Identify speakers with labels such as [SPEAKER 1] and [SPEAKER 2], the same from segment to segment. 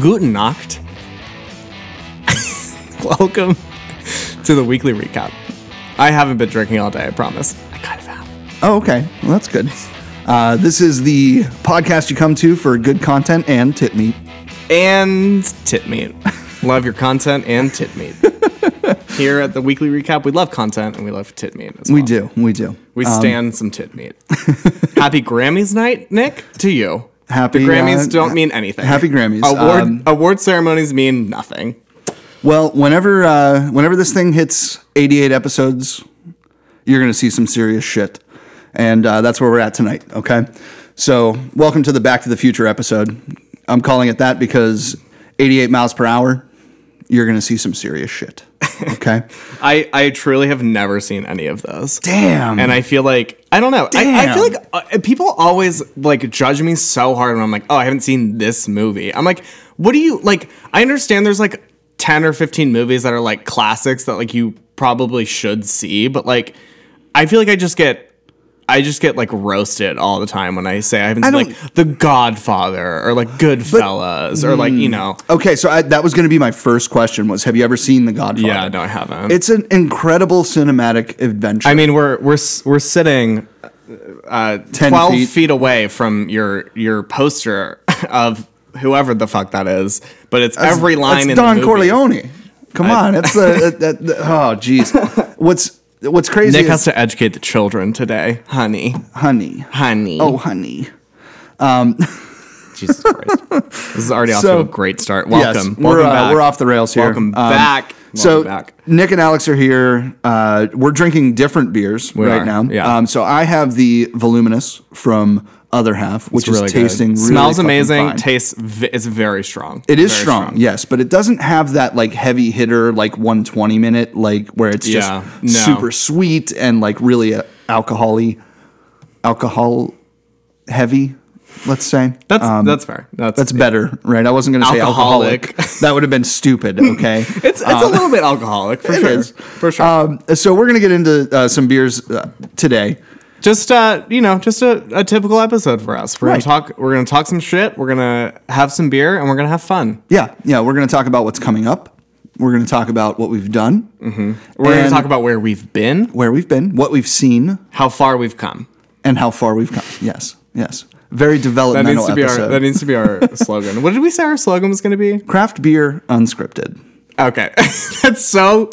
[SPEAKER 1] Guten Nacht. Welcome to the weekly recap. I haven't been drinking all day, I promise. I kind of have.
[SPEAKER 2] Oh, okay. Well, that's good. Uh, this is the podcast you come to for good content and tit meat.
[SPEAKER 1] And tit meat. Love your content and tit meat. Here at the weekly recap, we love content and we love tit meat. As
[SPEAKER 2] We
[SPEAKER 1] well.
[SPEAKER 2] do. Um, We do. Uh,
[SPEAKER 1] We stand some tit meat. Happy Grammys night, Nick, to you.
[SPEAKER 2] Happy,
[SPEAKER 1] the Grammys
[SPEAKER 2] uh,
[SPEAKER 1] don't mean anything.
[SPEAKER 2] happy Grammys.
[SPEAKER 1] Award
[SPEAKER 2] Um,
[SPEAKER 1] award ceremonies mean nothing.
[SPEAKER 2] Well, whenever uh, whenever this thing hits 88 episodes, you're going to see some serious shit. And uh, that's where we're at tonight, okay? So, welcome to the Back to the Future episode. I'm calling it that because 88 miles per hour, you're going to see some serious shit, okay?
[SPEAKER 1] I, I truly have never seen any of those.
[SPEAKER 2] Damn.
[SPEAKER 1] And I feel like I don't know. I, I feel
[SPEAKER 2] Damn.
[SPEAKER 1] like uh, people always like judge me so hard when I'm like, oh, I haven't seen this movie. I'm like, what do you like? I understand there's like ten or fifteen movies that are like classics that like you probably should see, but like I feel like I just get. I just get like roasted all the time when I say I haven't seen
[SPEAKER 2] don't-
[SPEAKER 1] like The Godfather or like Goodfellas or like
[SPEAKER 2] mm.
[SPEAKER 1] you know
[SPEAKER 2] okay, so I, that was going to be my first question was have you ever seen The Godfather?
[SPEAKER 1] yeah no I haven't
[SPEAKER 2] It's an incredible cinematic adventure.
[SPEAKER 1] I mean, we're we're s- we're sitting uh,
[SPEAKER 2] 10
[SPEAKER 1] twelve feet.
[SPEAKER 2] feet.
[SPEAKER 1] away from your your poster of whoever the fuck that is, but it's every line
[SPEAKER 2] That's
[SPEAKER 1] in
[SPEAKER 2] Don
[SPEAKER 1] the movie.
[SPEAKER 2] Corleone. Come on, it's the, the- the- oh jeez. What's what's crazy
[SPEAKER 1] Nick
[SPEAKER 2] is
[SPEAKER 1] has to educate the children today, honey,
[SPEAKER 2] honey.
[SPEAKER 1] honey.
[SPEAKER 2] Oh honey.
[SPEAKER 1] Jesus Christ! this is already off
[SPEAKER 2] So-
[SPEAKER 1] to a great start. Welcome,
[SPEAKER 2] yes, we're
[SPEAKER 1] welcome
[SPEAKER 2] uh,
[SPEAKER 1] back.
[SPEAKER 2] we're off the rails here.
[SPEAKER 1] Welcome
[SPEAKER 2] Um,
[SPEAKER 1] back.
[SPEAKER 2] So
[SPEAKER 1] welcome back.
[SPEAKER 2] Nick and Alex are here. Uh, we're drinking different beers right
[SPEAKER 1] are,
[SPEAKER 2] now.
[SPEAKER 1] yeah.
[SPEAKER 2] Um, so I have the Voluminous from Other Half, which is
[SPEAKER 1] Really good.
[SPEAKER 2] tasting really
[SPEAKER 1] smells
[SPEAKER 2] fucking
[SPEAKER 1] amazing.
[SPEAKER 2] fine.
[SPEAKER 1] Tastes vi- it's very strong.
[SPEAKER 2] It is
[SPEAKER 1] Very
[SPEAKER 2] strong, yes, but it doesn't have that like heavy hitter, like 120 minute, like where it's just
[SPEAKER 1] Yeah, no.
[SPEAKER 2] super sweet and like really uh, alcoholy, alcohol heavy. Let's say
[SPEAKER 1] That's that's fair. That's
[SPEAKER 2] Um, that's better, right? I wasn't going to say
[SPEAKER 1] Alcoholic.
[SPEAKER 2] alcoholic. that would have been stupid. Okay,
[SPEAKER 1] it's it's a little bit alcoholic for
[SPEAKER 2] it
[SPEAKER 1] sure.
[SPEAKER 2] is.
[SPEAKER 1] For sure.
[SPEAKER 2] um, so we're going to get into uh, some beers uh, today.
[SPEAKER 1] just uh you know just a, a typical episode for us we're
[SPEAKER 2] Right.
[SPEAKER 1] gonna talk we're gonna talk some shit we're gonna have some beer and we're gonna have fun
[SPEAKER 2] Yeah, yeah, we're going to talk about what's coming up. We're going to talk about what we've done,
[SPEAKER 1] Mm-hmm. we're gonna
[SPEAKER 2] And-
[SPEAKER 1] talk about where we've been
[SPEAKER 2] where we've been, what we've seen,
[SPEAKER 1] how far we've come
[SPEAKER 2] and how far we've come. Yes, yes. Very
[SPEAKER 1] that needs
[SPEAKER 2] developmental
[SPEAKER 1] to be
[SPEAKER 2] episode.
[SPEAKER 1] our that needs to be our slogan what did we say our slogan was gonna be
[SPEAKER 2] Craft beer unscripted.
[SPEAKER 1] okay that's so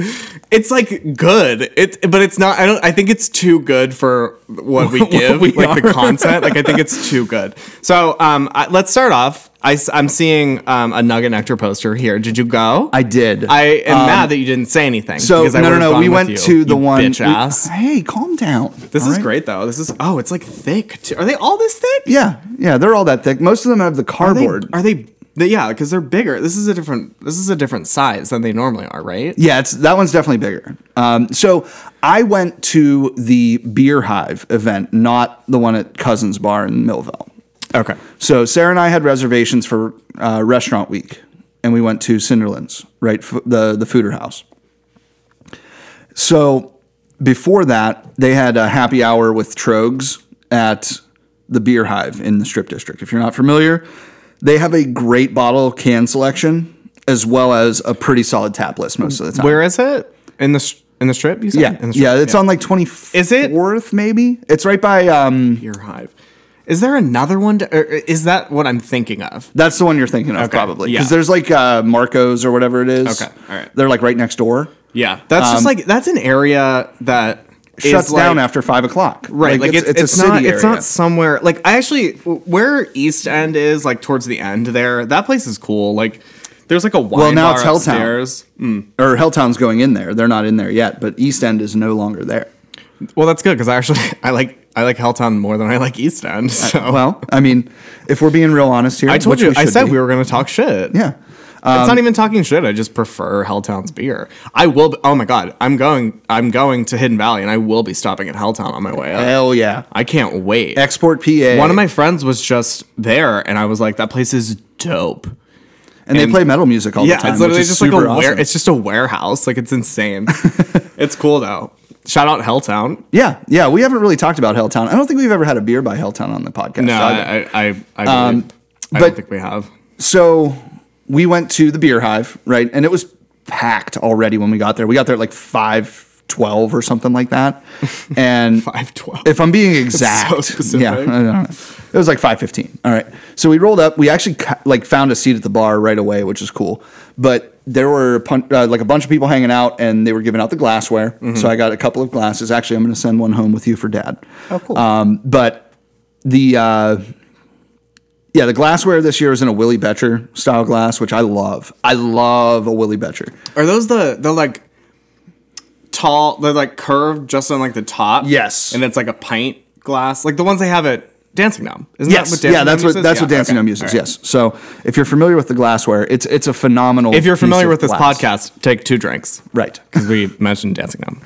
[SPEAKER 1] it's like good it but it's not i don't i think it's too good for what we give
[SPEAKER 2] we
[SPEAKER 1] like the content like i think it's too good so um I, let's start off I, am seeing um, a nugget nectar poster here did you go
[SPEAKER 2] I did.
[SPEAKER 1] I am mad that you didn't say anything.
[SPEAKER 2] so
[SPEAKER 1] because I
[SPEAKER 2] no, no,
[SPEAKER 1] would've
[SPEAKER 2] no.
[SPEAKER 1] gone
[SPEAKER 2] We
[SPEAKER 1] with
[SPEAKER 2] went
[SPEAKER 1] you,
[SPEAKER 2] to the
[SPEAKER 1] you
[SPEAKER 2] one.
[SPEAKER 1] bitch
[SPEAKER 2] we-
[SPEAKER 1] ass.
[SPEAKER 2] hey, calm down.
[SPEAKER 1] this
[SPEAKER 2] all
[SPEAKER 1] is
[SPEAKER 2] right?
[SPEAKER 1] great though. This is oh, it's like thick. Too. Are they all this thick?
[SPEAKER 2] Yeah, yeah. They're all that thick. Most of them have the
[SPEAKER 1] Are they?
[SPEAKER 2] cardboard.
[SPEAKER 1] Are they, they yeah, because they're bigger. This is a different. This is a different size than they normally are, right?
[SPEAKER 2] yeah, it's that one's definitely bigger. Um, so I went to the Beer Hive event, not the one at Cousins Bar in Millville.
[SPEAKER 1] Okay.
[SPEAKER 2] So Sarah and I had reservations for uh, Restaurant Week, and we went to Cinderlands, right? F- the the Fooder House. So before that, they had a happy hour with Trogs at the Beer Hive in the Strip District. If you're not familiar, they have a great bottle can selection as well as a pretty solid tap list most of the time.
[SPEAKER 1] Where is it in the sh- in the strip? You said
[SPEAKER 2] yeah,
[SPEAKER 1] in the strip?
[SPEAKER 2] yeah, it's on like twenty fourth, maybe. It's right by. um
[SPEAKER 1] Beer hive. Is there another one? To, or is that what I'm thinking of?
[SPEAKER 2] That's the one you're thinking of, probably.
[SPEAKER 1] yeah.
[SPEAKER 2] Because there's like uh, Marcos or whatever it is.
[SPEAKER 1] Okay, all right.
[SPEAKER 2] They're like right next door.
[SPEAKER 1] Yeah, that's just like that's an area that is,
[SPEAKER 2] Um, Shuts down
[SPEAKER 1] like-
[SPEAKER 2] after five o'clock.
[SPEAKER 1] right like, it's, it's,
[SPEAKER 2] a
[SPEAKER 1] not
[SPEAKER 2] city
[SPEAKER 1] it's
[SPEAKER 2] area.
[SPEAKER 1] not somewhere like i actually where east end is like towards the end there that place is cool like there's like a wine
[SPEAKER 2] now
[SPEAKER 1] bar
[SPEAKER 2] it's Helltown.
[SPEAKER 1] upstairs. Mm,
[SPEAKER 2] or Helltown's going in there. They're not in there yet, but East End is no longer there.
[SPEAKER 1] well that's good because i actually i like i like Helltown more than i like east end so i,
[SPEAKER 2] Uh, Well, I mean, if we're being real honest here,
[SPEAKER 1] told
[SPEAKER 2] which
[SPEAKER 1] you
[SPEAKER 2] we
[SPEAKER 1] Oh. i
[SPEAKER 2] should
[SPEAKER 1] said
[SPEAKER 2] be,
[SPEAKER 1] we were going to talk shit
[SPEAKER 2] yeah.
[SPEAKER 1] it's not even talking shit i just prefer Helltown's beer i will be, oh my god i'm going i'm going to hidden valley and i will be stopping at Helltown on my way up
[SPEAKER 2] Hell yeah.
[SPEAKER 1] i can't wait
[SPEAKER 2] Export PA.
[SPEAKER 1] Uh, one of my friends was just there and i was like that place is dope
[SPEAKER 2] and they play metal music all
[SPEAKER 1] Yeah,
[SPEAKER 2] the time.
[SPEAKER 1] it's literally
[SPEAKER 2] which is
[SPEAKER 1] just like a
[SPEAKER 2] super
[SPEAKER 1] ware-
[SPEAKER 2] awesome.
[SPEAKER 1] it's just a warehouse. Like it's insane. it's cool though. Shout out Helltown.
[SPEAKER 2] Yeah, yeah. We haven't really talked about Helltown. I don't think we've ever had a beer by Helltown on the podcast.
[SPEAKER 1] No,
[SPEAKER 2] either.
[SPEAKER 1] I I I, I, believe- I don't
[SPEAKER 2] but-
[SPEAKER 1] think we have.
[SPEAKER 2] So we went to the beer hive, right? And it was packed already when we got there. We got there at like five twelve or something like that. And
[SPEAKER 1] 512.
[SPEAKER 2] if I'm being exact,
[SPEAKER 1] specific.
[SPEAKER 2] yeah, I don't know. it was like five fifteen. All right, so we rolled up. We actually ca- like found a seat at the bar right away, which is cool. But there were a pun- uh, like a bunch of people hanging out, and they were giving out the glassware.
[SPEAKER 1] Mm-hmm.
[SPEAKER 2] So I got a couple of glasses. Actually, I'm going to send one home with you for dad.
[SPEAKER 1] Oh, cool.
[SPEAKER 2] Um, but the uh, yeah, the glassware this year is in a Willie Betcher style glass, which I love. I love a Willie Betcher.
[SPEAKER 1] Are those the they're like tall? They're like curved just on like the top.
[SPEAKER 2] Yes.
[SPEAKER 1] and it's like a pint glass, like the ones they have at Dancing Gnome. Isn't
[SPEAKER 2] Yes,
[SPEAKER 1] that what Dancing
[SPEAKER 2] yeah, that's
[SPEAKER 1] Gnome
[SPEAKER 2] what
[SPEAKER 1] uses?
[SPEAKER 2] that's what
[SPEAKER 1] Yeah,
[SPEAKER 2] Dancing
[SPEAKER 1] okay.
[SPEAKER 2] Gnome uses.
[SPEAKER 1] All right.
[SPEAKER 2] Yes, so if you're familiar with the glassware, it's it's a phenomenal.
[SPEAKER 1] If you're
[SPEAKER 2] piece
[SPEAKER 1] familiar
[SPEAKER 2] of
[SPEAKER 1] with this
[SPEAKER 2] glass.
[SPEAKER 1] podcast, take two drinks
[SPEAKER 2] right?
[SPEAKER 1] because we mentioned Dancing Gnome.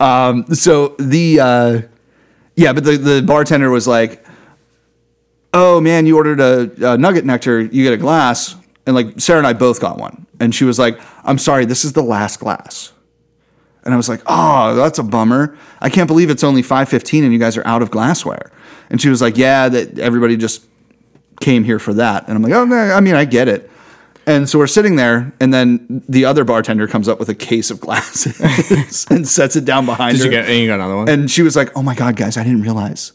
[SPEAKER 2] Um, So the uh, yeah, but the the bartender was like, "Oh man, you ordered a, a nugget nectar. You get a glass." And like Sarah and I both got one, and she was like, "I'm sorry, this is the last glass." And I was like, "Oh, that's a bummer. I can't believe it's only five fifteen, and you guys are out of glassware." And she was like, "Yeah, that everybody just came here for that. And I'm like, oh, no, I mean, I get it. And so we're sitting there, and then the other bartender comes up with a case of glasses and sets it down behind
[SPEAKER 1] Did
[SPEAKER 2] her.
[SPEAKER 1] you get? And you got another one.
[SPEAKER 2] and she was like, oh my God, guys, I didn't realize.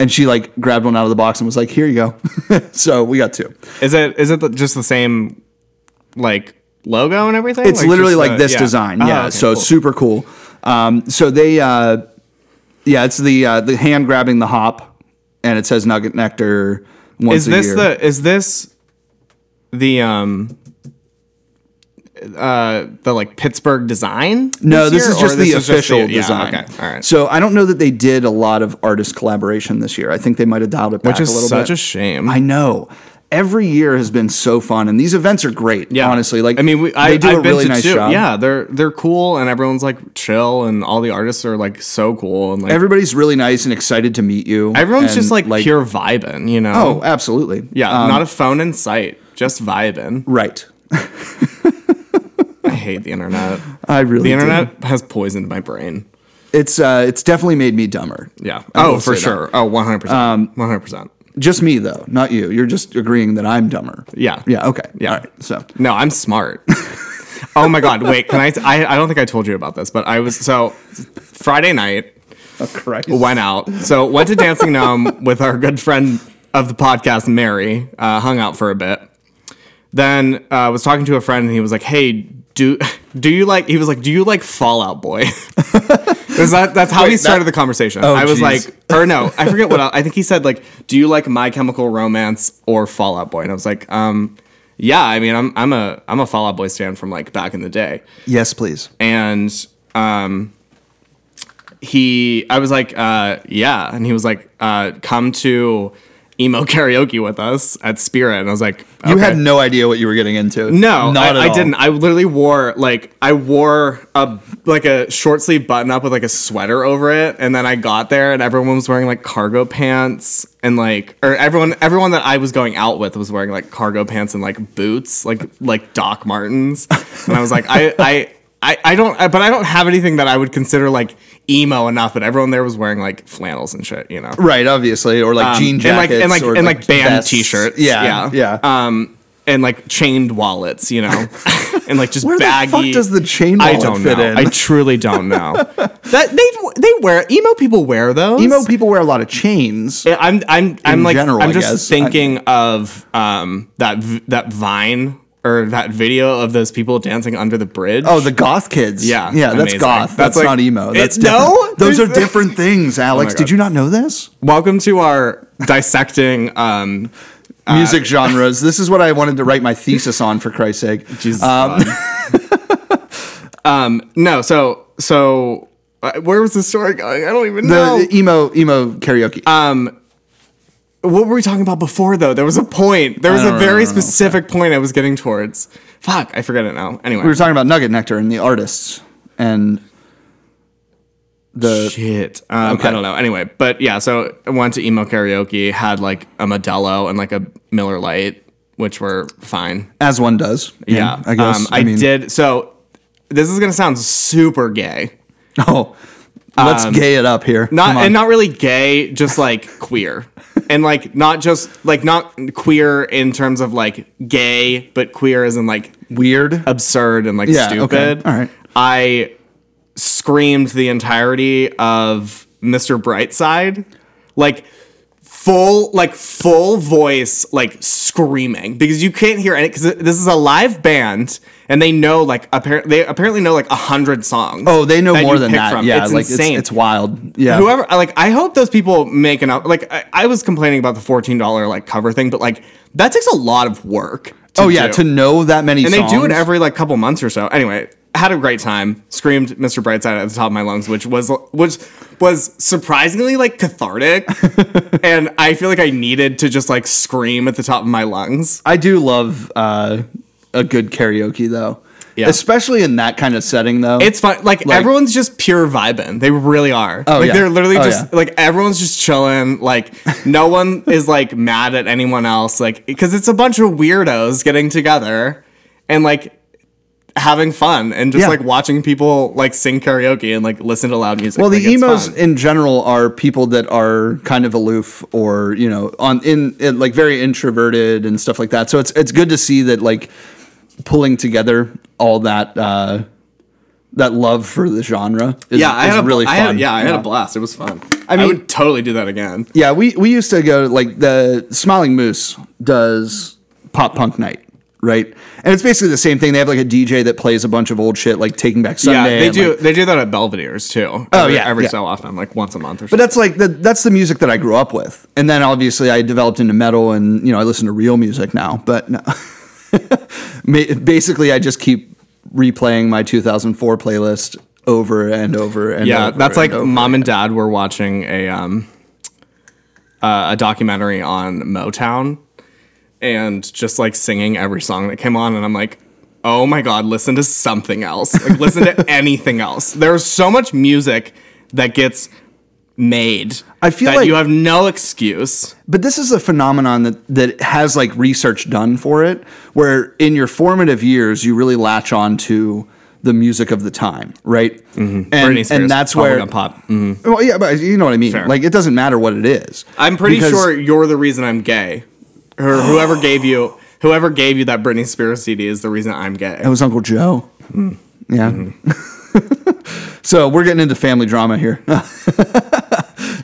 [SPEAKER 2] And she like grabbed one out of the box and was like, here you go. so we got two.
[SPEAKER 1] is it is it the, just the same like logo and everything?
[SPEAKER 2] It's literally
[SPEAKER 1] just
[SPEAKER 2] like
[SPEAKER 1] the-
[SPEAKER 2] this
[SPEAKER 1] yeah.
[SPEAKER 2] design.
[SPEAKER 1] Oh,
[SPEAKER 2] Yeah.
[SPEAKER 1] okay,
[SPEAKER 2] so
[SPEAKER 1] cool.
[SPEAKER 2] super cool. Um, so they, uh, yeah, it's the uh, the hand grabbing the hop, and it says nugget nectar once
[SPEAKER 1] is
[SPEAKER 2] a
[SPEAKER 1] this
[SPEAKER 2] year.
[SPEAKER 1] the is this the um uh the like Pittsburgh design?
[SPEAKER 2] No, this
[SPEAKER 1] year,
[SPEAKER 2] is
[SPEAKER 1] or
[SPEAKER 2] just the
[SPEAKER 1] is
[SPEAKER 2] official
[SPEAKER 1] yeah,
[SPEAKER 2] design.
[SPEAKER 1] okay, all right.
[SPEAKER 2] So I don't know that they did a lot of artist collaboration this year. I think they might have dialed it back
[SPEAKER 1] Which
[SPEAKER 2] a
[SPEAKER 1] is
[SPEAKER 2] little
[SPEAKER 1] such
[SPEAKER 2] bit.
[SPEAKER 1] a shame.
[SPEAKER 2] I know. Every year has been so fun, and these events are great.
[SPEAKER 1] yeah.
[SPEAKER 2] honestly, like
[SPEAKER 1] I mean, we, I,
[SPEAKER 2] they do
[SPEAKER 1] I've
[SPEAKER 2] a
[SPEAKER 1] been
[SPEAKER 2] really
[SPEAKER 1] to
[SPEAKER 2] nice
[SPEAKER 1] two.
[SPEAKER 2] job.
[SPEAKER 1] Yeah, they're they're cool, and everyone's like chill, and all the artists are like so cool, and like
[SPEAKER 2] everybody's really nice and excited to meet you.
[SPEAKER 1] everyone's
[SPEAKER 2] and,
[SPEAKER 1] just like, pure vibing, you know?
[SPEAKER 2] Oh, absolutely.
[SPEAKER 1] yeah,
[SPEAKER 2] Um,
[SPEAKER 1] not a phone in sight, just vibing.
[SPEAKER 2] right.
[SPEAKER 1] I hate the internet.
[SPEAKER 2] I really
[SPEAKER 1] The
[SPEAKER 2] do.
[SPEAKER 1] internet has poisoned my brain.
[SPEAKER 2] It's uh, it's definitely made me dumber.
[SPEAKER 1] Yeah.
[SPEAKER 2] I will
[SPEAKER 1] Oh, for
[SPEAKER 2] say that.
[SPEAKER 1] sure. Oh, 100%. 100%.
[SPEAKER 2] Just me though, not you. You're just agreeing that I'm dumber.
[SPEAKER 1] Yeah.
[SPEAKER 2] Yeah. Okay.
[SPEAKER 1] Yeah.
[SPEAKER 2] All right. So
[SPEAKER 1] No, I'm smart. oh my god, wait, can I, I I don't think I told you about this, but I was so Friday night
[SPEAKER 2] oh, Christ.
[SPEAKER 1] went out. So went to Dancing Gnome with our good friend of the podcast, Mary. Uh, hung out for a bit. Then uh, was talking to a friend, and he was like, "Hey, do do you like?" He was like, "Do you like Fallout Boy?" Is that that's how he started the conversation? I was
[SPEAKER 2] geez.
[SPEAKER 1] like, or no, I forget what else. I think he said like, "Do you like My Chemical Romance or Fallout Boy?" And I was like, um. Yeah, I mean, I'm I'm a I'm a Fallout Boy stan from like back in the day
[SPEAKER 2] Yes, please.
[SPEAKER 1] and um he i was like uh yeah and he was like uh come to emo karaoke with us at spirit and i was like
[SPEAKER 2] You had
[SPEAKER 1] okay.
[SPEAKER 2] no idea what you were getting into.
[SPEAKER 1] no
[SPEAKER 2] not
[SPEAKER 1] I,
[SPEAKER 2] at
[SPEAKER 1] I
[SPEAKER 2] all.
[SPEAKER 1] didn't i literally wore like i wore a like a short sleeve button up with like a sweater over it and then i got there and everyone was wearing like cargo pants and like or everyone everyone that i was going out with was wearing like cargo pants and like boots like like doc martens and i was like i i I, I don't, I- but I don't have anything that I would consider like emo enough. But everyone there was wearing like flannels and shit, you know.
[SPEAKER 2] Right, obviously, or like jean
[SPEAKER 1] Um, and like
[SPEAKER 2] jackets,
[SPEAKER 1] and like
[SPEAKER 2] or
[SPEAKER 1] and like, band
[SPEAKER 2] vests.
[SPEAKER 1] t-shirts.
[SPEAKER 2] Yeah, yeah.
[SPEAKER 1] Um, and like chained wallets, you know, and like just
[SPEAKER 2] Where the
[SPEAKER 1] baggy.
[SPEAKER 2] fuck does the chain
[SPEAKER 1] I
[SPEAKER 2] wallet
[SPEAKER 1] don't
[SPEAKER 2] fit
[SPEAKER 1] know.
[SPEAKER 2] in?
[SPEAKER 1] I truly don't know. that they they wear emo people wear those.
[SPEAKER 2] emo people wear a lot of chains.
[SPEAKER 1] I'm I'm I'm like
[SPEAKER 2] general, I
[SPEAKER 1] I'm just
[SPEAKER 2] guess.
[SPEAKER 1] thinking of um that v- that Vine or that video of those people dancing under the bridge.
[SPEAKER 2] Oh, the goth kids.
[SPEAKER 1] Yeah,
[SPEAKER 2] yeah, that's
[SPEAKER 1] amazing.
[SPEAKER 2] goth. That's,
[SPEAKER 1] That's like-
[SPEAKER 2] not emo.
[SPEAKER 1] it-
[SPEAKER 2] That's
[SPEAKER 1] no?
[SPEAKER 2] different. those are
[SPEAKER 1] There's-
[SPEAKER 2] different things. Alex,
[SPEAKER 1] God.
[SPEAKER 2] did you not know this?
[SPEAKER 1] welcome to our dissecting um
[SPEAKER 2] Music genres. This is what I wanted to write my thesis on. For Christ's sake, Uh,
[SPEAKER 1] Jesus. God. um, no, so so uh, where was the story going? I don't even
[SPEAKER 2] the
[SPEAKER 1] know.
[SPEAKER 2] emo emo karaoke.
[SPEAKER 1] Uh, what were we talking about before though? There was a point. There was a
[SPEAKER 2] don't
[SPEAKER 1] very
[SPEAKER 2] know, I don't know.
[SPEAKER 1] specific point I was getting towards. Fuck, I forget it now. Anyway.
[SPEAKER 2] we were talking about Nugget Nectar and the artists and the
[SPEAKER 1] Shit. Um, I don't know. Anyway, but yeah, so I went to emo karaoke, had like a Modelo and like a Miller Lite, which were fine.
[SPEAKER 2] as one does.
[SPEAKER 1] Yeah.
[SPEAKER 2] I guess.
[SPEAKER 1] Um, I,
[SPEAKER 2] I mean,
[SPEAKER 1] did. So this is going to sound super gay.
[SPEAKER 2] Oh, let's gay it up here.
[SPEAKER 1] Um, not
[SPEAKER 2] Come on.
[SPEAKER 1] and not really gay, just like queer. and like not just like not queer in terms of like gay, but queer as in like
[SPEAKER 2] Weird.
[SPEAKER 1] absurd and like
[SPEAKER 2] Yeah,
[SPEAKER 1] stupid.
[SPEAKER 2] okay. All right.
[SPEAKER 1] I screamed the entirety of Mr. Brightside. Like full like full voice like screaming because you can't hear any because this is a live band and they know like apparently they apparently know like a hundred songs
[SPEAKER 2] Oh, they know
[SPEAKER 1] that you
[SPEAKER 2] more than
[SPEAKER 1] pick
[SPEAKER 2] that.
[SPEAKER 1] from.
[SPEAKER 2] Yeah,
[SPEAKER 1] it's
[SPEAKER 2] like
[SPEAKER 1] insane
[SPEAKER 2] It's, it's wild. Yeah.
[SPEAKER 1] whoever I- like i hope those people make an up like I, I was complaining about the $14 like cover thing but like that takes a lot of work to
[SPEAKER 2] oh yeah,
[SPEAKER 1] do.
[SPEAKER 2] to know that many
[SPEAKER 1] And they do it
[SPEAKER 2] songs.
[SPEAKER 1] every like couple months or so. Anyway, had a great time. Screamed Mr. Brightside at the top of my lungs, which was which was surprisingly like cathartic. and I feel like I needed to just like scream at the top of my lungs.
[SPEAKER 2] I do love uh, a good karaoke though.
[SPEAKER 1] Yeah.
[SPEAKER 2] Especially in that kind of setting though.
[SPEAKER 1] It's fun. Like,
[SPEAKER 2] Like-
[SPEAKER 1] everyone's just pure vibing. They really are. like
[SPEAKER 2] yeah.
[SPEAKER 1] they're literally
[SPEAKER 2] Oh,
[SPEAKER 1] just
[SPEAKER 2] yeah.
[SPEAKER 1] like everyone's just chilling. Like no one is like mad at anyone else. Like because it's a bunch of weirdos getting together and like having fun and just
[SPEAKER 2] Yeah.
[SPEAKER 1] like watching people like sing karaoke and like listen to loud music.
[SPEAKER 2] well, the
[SPEAKER 1] Like, it's
[SPEAKER 2] emos
[SPEAKER 1] fun.
[SPEAKER 2] in general are people that are kind of aloof or you know on in, in like very introverted and stuff like that. So it's it's good to see that like pulling together all that uh, that love for the genre is,
[SPEAKER 1] yeah, I
[SPEAKER 2] is
[SPEAKER 1] had a,
[SPEAKER 2] really
[SPEAKER 1] I
[SPEAKER 2] fun.
[SPEAKER 1] had- yeah, I had a blast. It was fun. I mean,
[SPEAKER 2] mean-
[SPEAKER 1] would totally do that again.
[SPEAKER 2] Yeah, we, we used to go like the Smiling Moose does pop punk night, right? And it's basically the same thing. They have like a DJ that plays a bunch of old shit like Taking Back
[SPEAKER 1] Yeah,
[SPEAKER 2] Sunday.
[SPEAKER 1] they
[SPEAKER 2] and,
[SPEAKER 1] do.
[SPEAKER 2] like-
[SPEAKER 1] they do that at Belvedere's too. Oh every,
[SPEAKER 2] yeah,
[SPEAKER 1] every
[SPEAKER 2] yeah.
[SPEAKER 1] so often, like once a month or
[SPEAKER 2] but
[SPEAKER 1] something.
[SPEAKER 2] that's like the, that's the music that I grew up with. And then obviously I developed into metal and you know I listen to real music now, but no. Ma- basically I just keep replaying my 2004 playlist over and over and
[SPEAKER 1] yeah,
[SPEAKER 2] over
[SPEAKER 1] that's
[SPEAKER 2] and
[SPEAKER 1] like
[SPEAKER 2] over.
[SPEAKER 1] mom and dad were watching a um uh, a documentary on Motown and just like singing every song that came on and I'm like oh my god listen to something else like listen to anything else there's so much music that gets made
[SPEAKER 2] I feel
[SPEAKER 1] that
[SPEAKER 2] like-
[SPEAKER 1] you have no excuse
[SPEAKER 2] But this is a phenomenon that, that has like research done for it, where in your formative years you really latch on to the music of the time, right? Mm-hmm.
[SPEAKER 1] Britney
[SPEAKER 2] And,
[SPEAKER 1] Spears,
[SPEAKER 2] and that's
[SPEAKER 1] Bubblegum
[SPEAKER 2] where,
[SPEAKER 1] pop Mm-hmm.
[SPEAKER 2] well, yeah, but you know what I mean.
[SPEAKER 1] Fair.
[SPEAKER 2] Like it doesn't matter what it is.
[SPEAKER 1] I'm pretty
[SPEAKER 2] Because-
[SPEAKER 1] sure you're the reason I'm gay or whoever gave you whoever gave you that Britney Spears CD is the reason I'm gay
[SPEAKER 2] it was Uncle Joe.
[SPEAKER 1] Hmm.
[SPEAKER 2] Yeah.
[SPEAKER 1] Mm-hmm.
[SPEAKER 2] so we're getting into family drama here.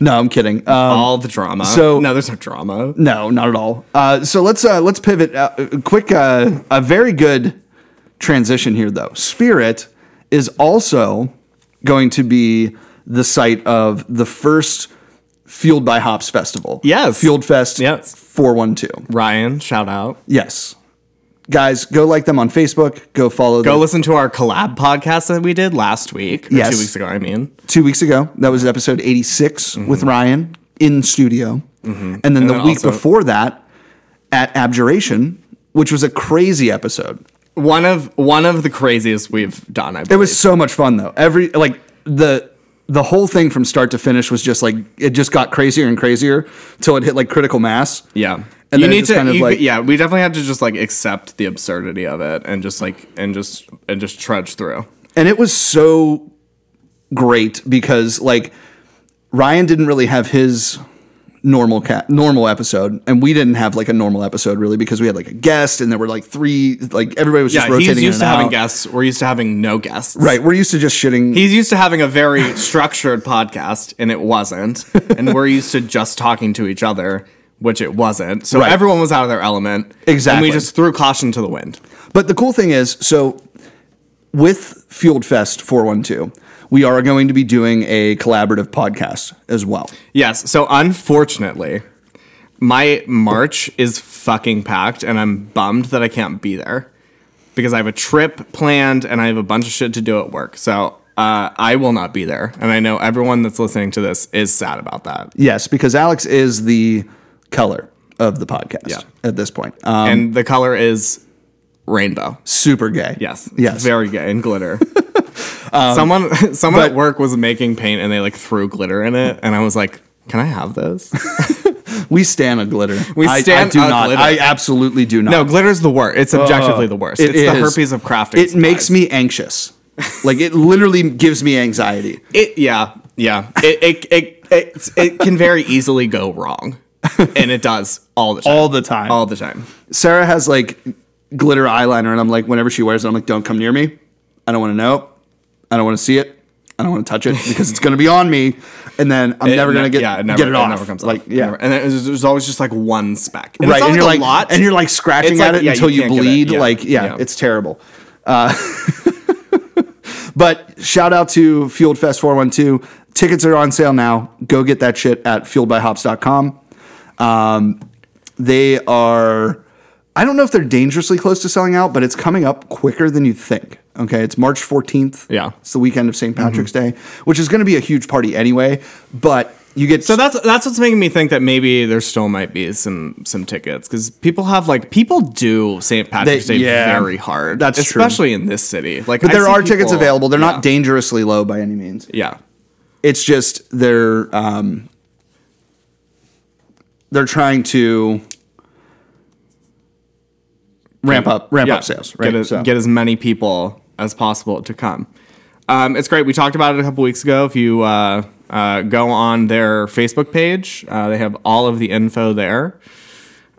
[SPEAKER 2] no, I'm kidding. Um,
[SPEAKER 1] all the drama
[SPEAKER 2] So-
[SPEAKER 1] no there's no drama
[SPEAKER 2] No, not at all. Uh, so let's uh, let's pivot. Uh, a quick, uh, a very good transition here, though. Spirit is also going to be the site of the first Fueled by Hops festival.
[SPEAKER 1] Yes.
[SPEAKER 2] Fueled Fest.
[SPEAKER 1] Yes.
[SPEAKER 2] Four one two.
[SPEAKER 1] Ryan, shout out.
[SPEAKER 2] Yes. Guys, go like them on Facebook. Go follow
[SPEAKER 1] Go
[SPEAKER 2] them.
[SPEAKER 1] listen to our collab podcast that we did last week, or
[SPEAKER 2] Yes.
[SPEAKER 1] two weeks ago. I mean,
[SPEAKER 2] Two weeks ago, that was episode eighty with Ryan in studio, and then the
[SPEAKER 1] Mm-hmm. then
[SPEAKER 2] week
[SPEAKER 1] also-
[SPEAKER 2] before that at Abjuration, which was a crazy episode.
[SPEAKER 1] one of one of the craziest we've done. I
[SPEAKER 2] It was so much fun though. Every like the the whole thing from start to finish was just like it just got crazier and crazier till it hit like critical mass.
[SPEAKER 1] yeah.
[SPEAKER 2] And
[SPEAKER 1] you
[SPEAKER 2] then it
[SPEAKER 1] need
[SPEAKER 2] just
[SPEAKER 1] to,
[SPEAKER 2] kind of
[SPEAKER 1] you-
[SPEAKER 2] like-
[SPEAKER 1] yeah. We definitely had to just like accept the absurdity of it, and just like, and just, and just trudge through.
[SPEAKER 2] And it was so great because like Ryan didn't really have his normal cat normal episode and we didn't have like a normal episode really because we had like a guest and there were like three like everybody was just
[SPEAKER 1] Yeah,
[SPEAKER 2] rotating
[SPEAKER 1] he's used
[SPEAKER 2] in and
[SPEAKER 1] to having
[SPEAKER 2] out.
[SPEAKER 1] guests. We're used to having no guests.
[SPEAKER 2] Right, we're used to just shitting
[SPEAKER 1] He's used to having a very structured podcast, and it wasn't. And we're used to just talking to each other, which it wasn't. So
[SPEAKER 2] Right.
[SPEAKER 1] everyone was out of their element. And
[SPEAKER 2] Exactly.
[SPEAKER 1] we just threw caution to the wind.
[SPEAKER 2] But the cool thing is, so with Fueled Fest 412, we are going to be doing a collaborative podcast as well.
[SPEAKER 1] Yes. So unfortunately, my March is fucking packed, and I'm bummed that I can't be there because I have a trip planned and I have a bunch of shit to do at work. So uh, I will not be there, and I know everyone that's listening to this is sad about that.
[SPEAKER 2] Yes, because Alex is the color of the podcast
[SPEAKER 1] Yeah.
[SPEAKER 2] at this point. Um,
[SPEAKER 1] and the color is rainbow.
[SPEAKER 2] super gay.
[SPEAKER 1] Yes.
[SPEAKER 2] Yes.
[SPEAKER 1] Very gay and glitter. Um, someone someone at
[SPEAKER 2] but-
[SPEAKER 1] work was making paint and they like threw glitter in it, and I was like, "Can I have those?"
[SPEAKER 2] we stand a glitter.
[SPEAKER 1] We
[SPEAKER 2] I-
[SPEAKER 1] stan
[SPEAKER 2] I, do
[SPEAKER 1] a
[SPEAKER 2] not.
[SPEAKER 1] glitter.
[SPEAKER 2] I absolutely do not.
[SPEAKER 1] No, glitter's the worst. It's objectively
[SPEAKER 2] Uh,
[SPEAKER 1] the worst.
[SPEAKER 2] it
[SPEAKER 1] it's the
[SPEAKER 2] is.
[SPEAKER 1] herpes of crafting.
[SPEAKER 2] it makes me anxious. like it literally gives me anxiety.
[SPEAKER 1] It yeah yeah. It it it, it, it can very easily go wrong. and it does all the time.
[SPEAKER 3] all the time.
[SPEAKER 1] all the time.
[SPEAKER 2] Sarah has like glitter eyeliner, and I'm like, whenever she wears it, I'm like, don't come near me. I don't want to know. I don't want to see it. I don't want to touch it because it's going to be on me, and then I'm never going to get
[SPEAKER 1] it never-
[SPEAKER 2] get it, off.
[SPEAKER 1] never comes
[SPEAKER 2] like
[SPEAKER 1] off.
[SPEAKER 2] yeah,
[SPEAKER 1] Never. and then there's, there's always just like one speck.
[SPEAKER 2] right.
[SPEAKER 1] it's not
[SPEAKER 2] and you're
[SPEAKER 1] a
[SPEAKER 2] like
[SPEAKER 1] lot.
[SPEAKER 2] and you're like scratching
[SPEAKER 1] It's
[SPEAKER 2] at
[SPEAKER 1] like,
[SPEAKER 2] it
[SPEAKER 1] yeah,
[SPEAKER 2] until
[SPEAKER 1] you
[SPEAKER 2] you,
[SPEAKER 1] can't get it.
[SPEAKER 2] bleed.
[SPEAKER 1] Yeah.
[SPEAKER 2] Like yeah,
[SPEAKER 1] Yeah.
[SPEAKER 2] it's terrible. Uh, but shout out to Fueled Fest 412. Tickets are on sale now. Go get that shit at fueledbyhops.com. Um, They are, I don't know if they're dangerously close to selling out, but it's coming up quicker than you think. Okay. It's March 14th.
[SPEAKER 1] Yeah. Mm-hmm.
[SPEAKER 2] It's the weekend of St. Patrick's Day, which is going to be a huge party anyway. But you get
[SPEAKER 1] so that's that's what's making me think that maybe there still might be some some tickets because people have like people do St. Patrick's
[SPEAKER 2] They-
[SPEAKER 1] Day
[SPEAKER 2] yeah,
[SPEAKER 1] very hard.
[SPEAKER 2] that's true.
[SPEAKER 1] especially in this city. Like,
[SPEAKER 2] but
[SPEAKER 1] I
[SPEAKER 2] there
[SPEAKER 1] see
[SPEAKER 2] are tickets
[SPEAKER 1] people-
[SPEAKER 2] available. They're
[SPEAKER 1] yeah.
[SPEAKER 2] not dangerously low by any means.
[SPEAKER 1] Yeah,
[SPEAKER 2] It's just they're um, they're trying to ramp up ramp
[SPEAKER 1] yeah.
[SPEAKER 2] up sales, right?
[SPEAKER 1] Get, as-
[SPEAKER 2] So-
[SPEAKER 1] get as many people as possible to come. Um, it's great. We talked about it a couple weeks ago. If you uh, uh, go on their Facebook page, uh, they have all of the info there.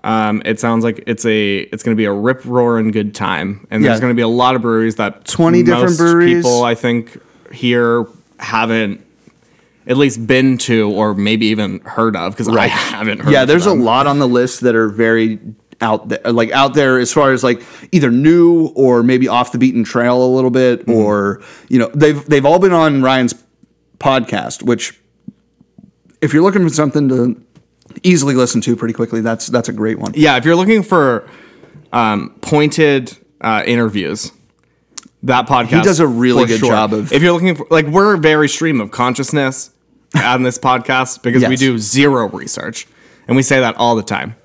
[SPEAKER 1] Um, it sounds like it's a it's going to be a rip roaring good time, and there's
[SPEAKER 2] Yeah.
[SPEAKER 1] going to be a lot of breweries that
[SPEAKER 2] 20 different
[SPEAKER 1] most
[SPEAKER 2] breweries.
[SPEAKER 1] People I think here haven't at least been to or maybe even heard of because I haven't heard.
[SPEAKER 2] yeah
[SPEAKER 1] of
[SPEAKER 2] there's
[SPEAKER 1] them.
[SPEAKER 2] a lot on the list that are very out there like out there as far as like either new or maybe off the beaten trail a little bit
[SPEAKER 1] Mm-hmm.
[SPEAKER 2] or you know they've they've all been on ryan's podcast which if you're looking for something to easily listen to pretty quickly that's that's a great one
[SPEAKER 1] yeah, if you're looking for um, pointed uh, interviews, that podcast
[SPEAKER 2] He does a really
[SPEAKER 1] for
[SPEAKER 2] good job of-
[SPEAKER 1] If you're looking for like we're very stream of consciousness on this podcast because we
[SPEAKER 2] Yes.
[SPEAKER 1] do zero research and we say that all the time.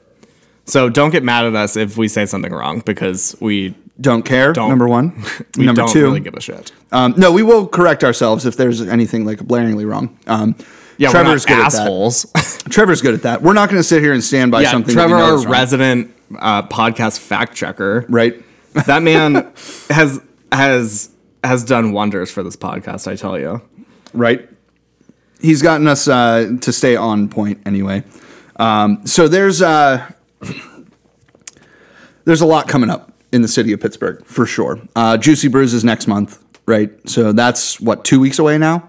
[SPEAKER 1] So don't get mad at us if we say something wrong because we
[SPEAKER 2] don't care number one
[SPEAKER 1] we
[SPEAKER 2] number
[SPEAKER 1] don't
[SPEAKER 2] two
[SPEAKER 1] really give a shit.
[SPEAKER 2] um, no we will correct ourselves if there's anything like blaringly wrong um,
[SPEAKER 1] Yeah,
[SPEAKER 2] trevor's
[SPEAKER 1] we're
[SPEAKER 2] good
[SPEAKER 1] not
[SPEAKER 2] at that
[SPEAKER 1] assholes.
[SPEAKER 2] trevor's good at that we're not going to sit here and stand by
[SPEAKER 1] yeah,
[SPEAKER 2] something
[SPEAKER 1] Trevor,
[SPEAKER 2] that we know
[SPEAKER 1] our
[SPEAKER 2] is wrong,
[SPEAKER 1] resident uh, podcast fact checker,
[SPEAKER 2] right
[SPEAKER 1] That man has has has done wonders for this podcast. I tell you.
[SPEAKER 2] right? He's gotten us uh, to stay on point anyway. Um, so there's uh, there's a lot coming up in the city of Pittsburgh for sure. Uh, Juicy Brews is next month, right? So that's what two weeks away now.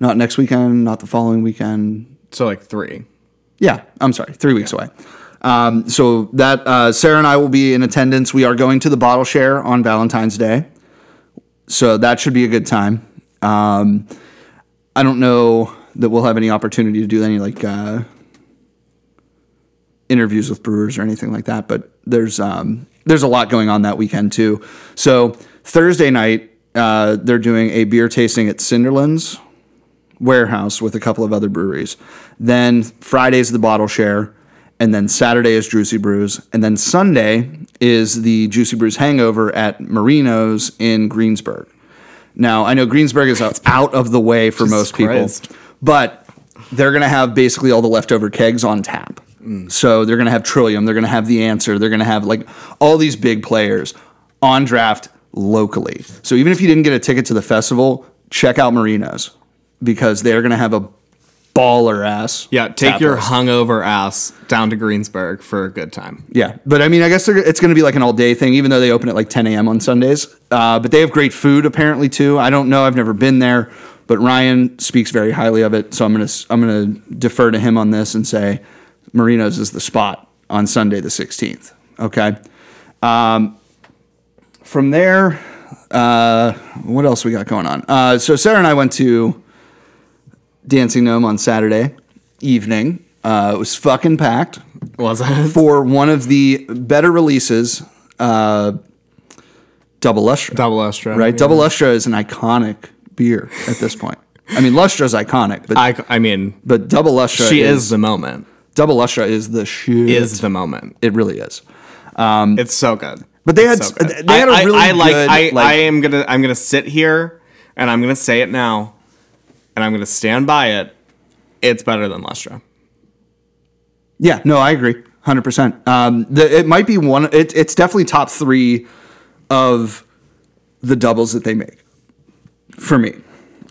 [SPEAKER 2] Not next weekend, not the following weekend.
[SPEAKER 1] So like three.
[SPEAKER 2] Yeah, I'm sorry, three weeks away. Um, so that uh, Sarah and I will be in attendance. We are going to the bottle share on Valentine's Day, so that should be a good time. Um, I don't know that we'll have any opportunity to do any like uh, interviews with brewers or anything like that, but there's um, there's a lot going on that weekend too. So Thursday night, uh, they're doing a beer tasting at Cinderlands warehouse with a couple of other breweries. Then Friday's the bottle share, and then Saturday is Juicy Brews, and then Sunday is the Juicy Brews hangover at Marino's in Greensburg. Now I know Greensburg is out out of the way for most people,
[SPEAKER 1] Christ.
[SPEAKER 2] but they're going to have basically all the leftover kegs on tap.
[SPEAKER 1] Mm.
[SPEAKER 2] So they're going to have Trillium, they're going to have The Answer, they're going to have like all these big players on draft locally. So even if you didn't get a ticket to the festival, check out Marino's because they're going to have a baller ass.
[SPEAKER 1] Yeah, take
[SPEAKER 2] tap
[SPEAKER 1] your
[SPEAKER 2] list.
[SPEAKER 1] hungover ass down to Greensburg for a good time.
[SPEAKER 2] Yeah, but I mean, I guess they're, it's going to be like an all day thing, even though they open at like 10 a.m. on Sundays. Uh, but they have great food apparently too. I don't know; I've never been there, but Ryan speaks very highly of it, so I'm gonna s- I'm gonna defer to him on this and say Marino's is the spot on Sunday the 16th. Okay. Um, from there, uh, what else we got going on? Uh, so Sarah and I went to Dancing Gnome on Saturday evening. Uh, it was fucking packed
[SPEAKER 1] Was it?
[SPEAKER 2] for one of the better releases, uh, Double Lustra.
[SPEAKER 1] Double Estra.
[SPEAKER 2] right? Double Lustra is an iconic beer at this point. I mean, Lustra is iconic, but
[SPEAKER 1] I, I mean,
[SPEAKER 2] but Double Lustra
[SPEAKER 1] she is, the moment.
[SPEAKER 2] Double Lustra is the shoe.
[SPEAKER 1] Is the moment.
[SPEAKER 2] it really is?
[SPEAKER 1] It's so good.
[SPEAKER 2] But they
[SPEAKER 1] It's
[SPEAKER 2] had-
[SPEAKER 1] so good.
[SPEAKER 2] they had a
[SPEAKER 1] I- I-
[SPEAKER 2] really
[SPEAKER 1] I like,
[SPEAKER 2] good,
[SPEAKER 1] I,
[SPEAKER 2] like-
[SPEAKER 1] I am gonna I'm gonna sit here and I'm gonna say it now, and I'm gonna stand by it. It's better than Lustra.
[SPEAKER 2] Yeah, no, I agree, hundred percent. Um, the, it might be one. It, it's definitely top three of the doubles that they make for me.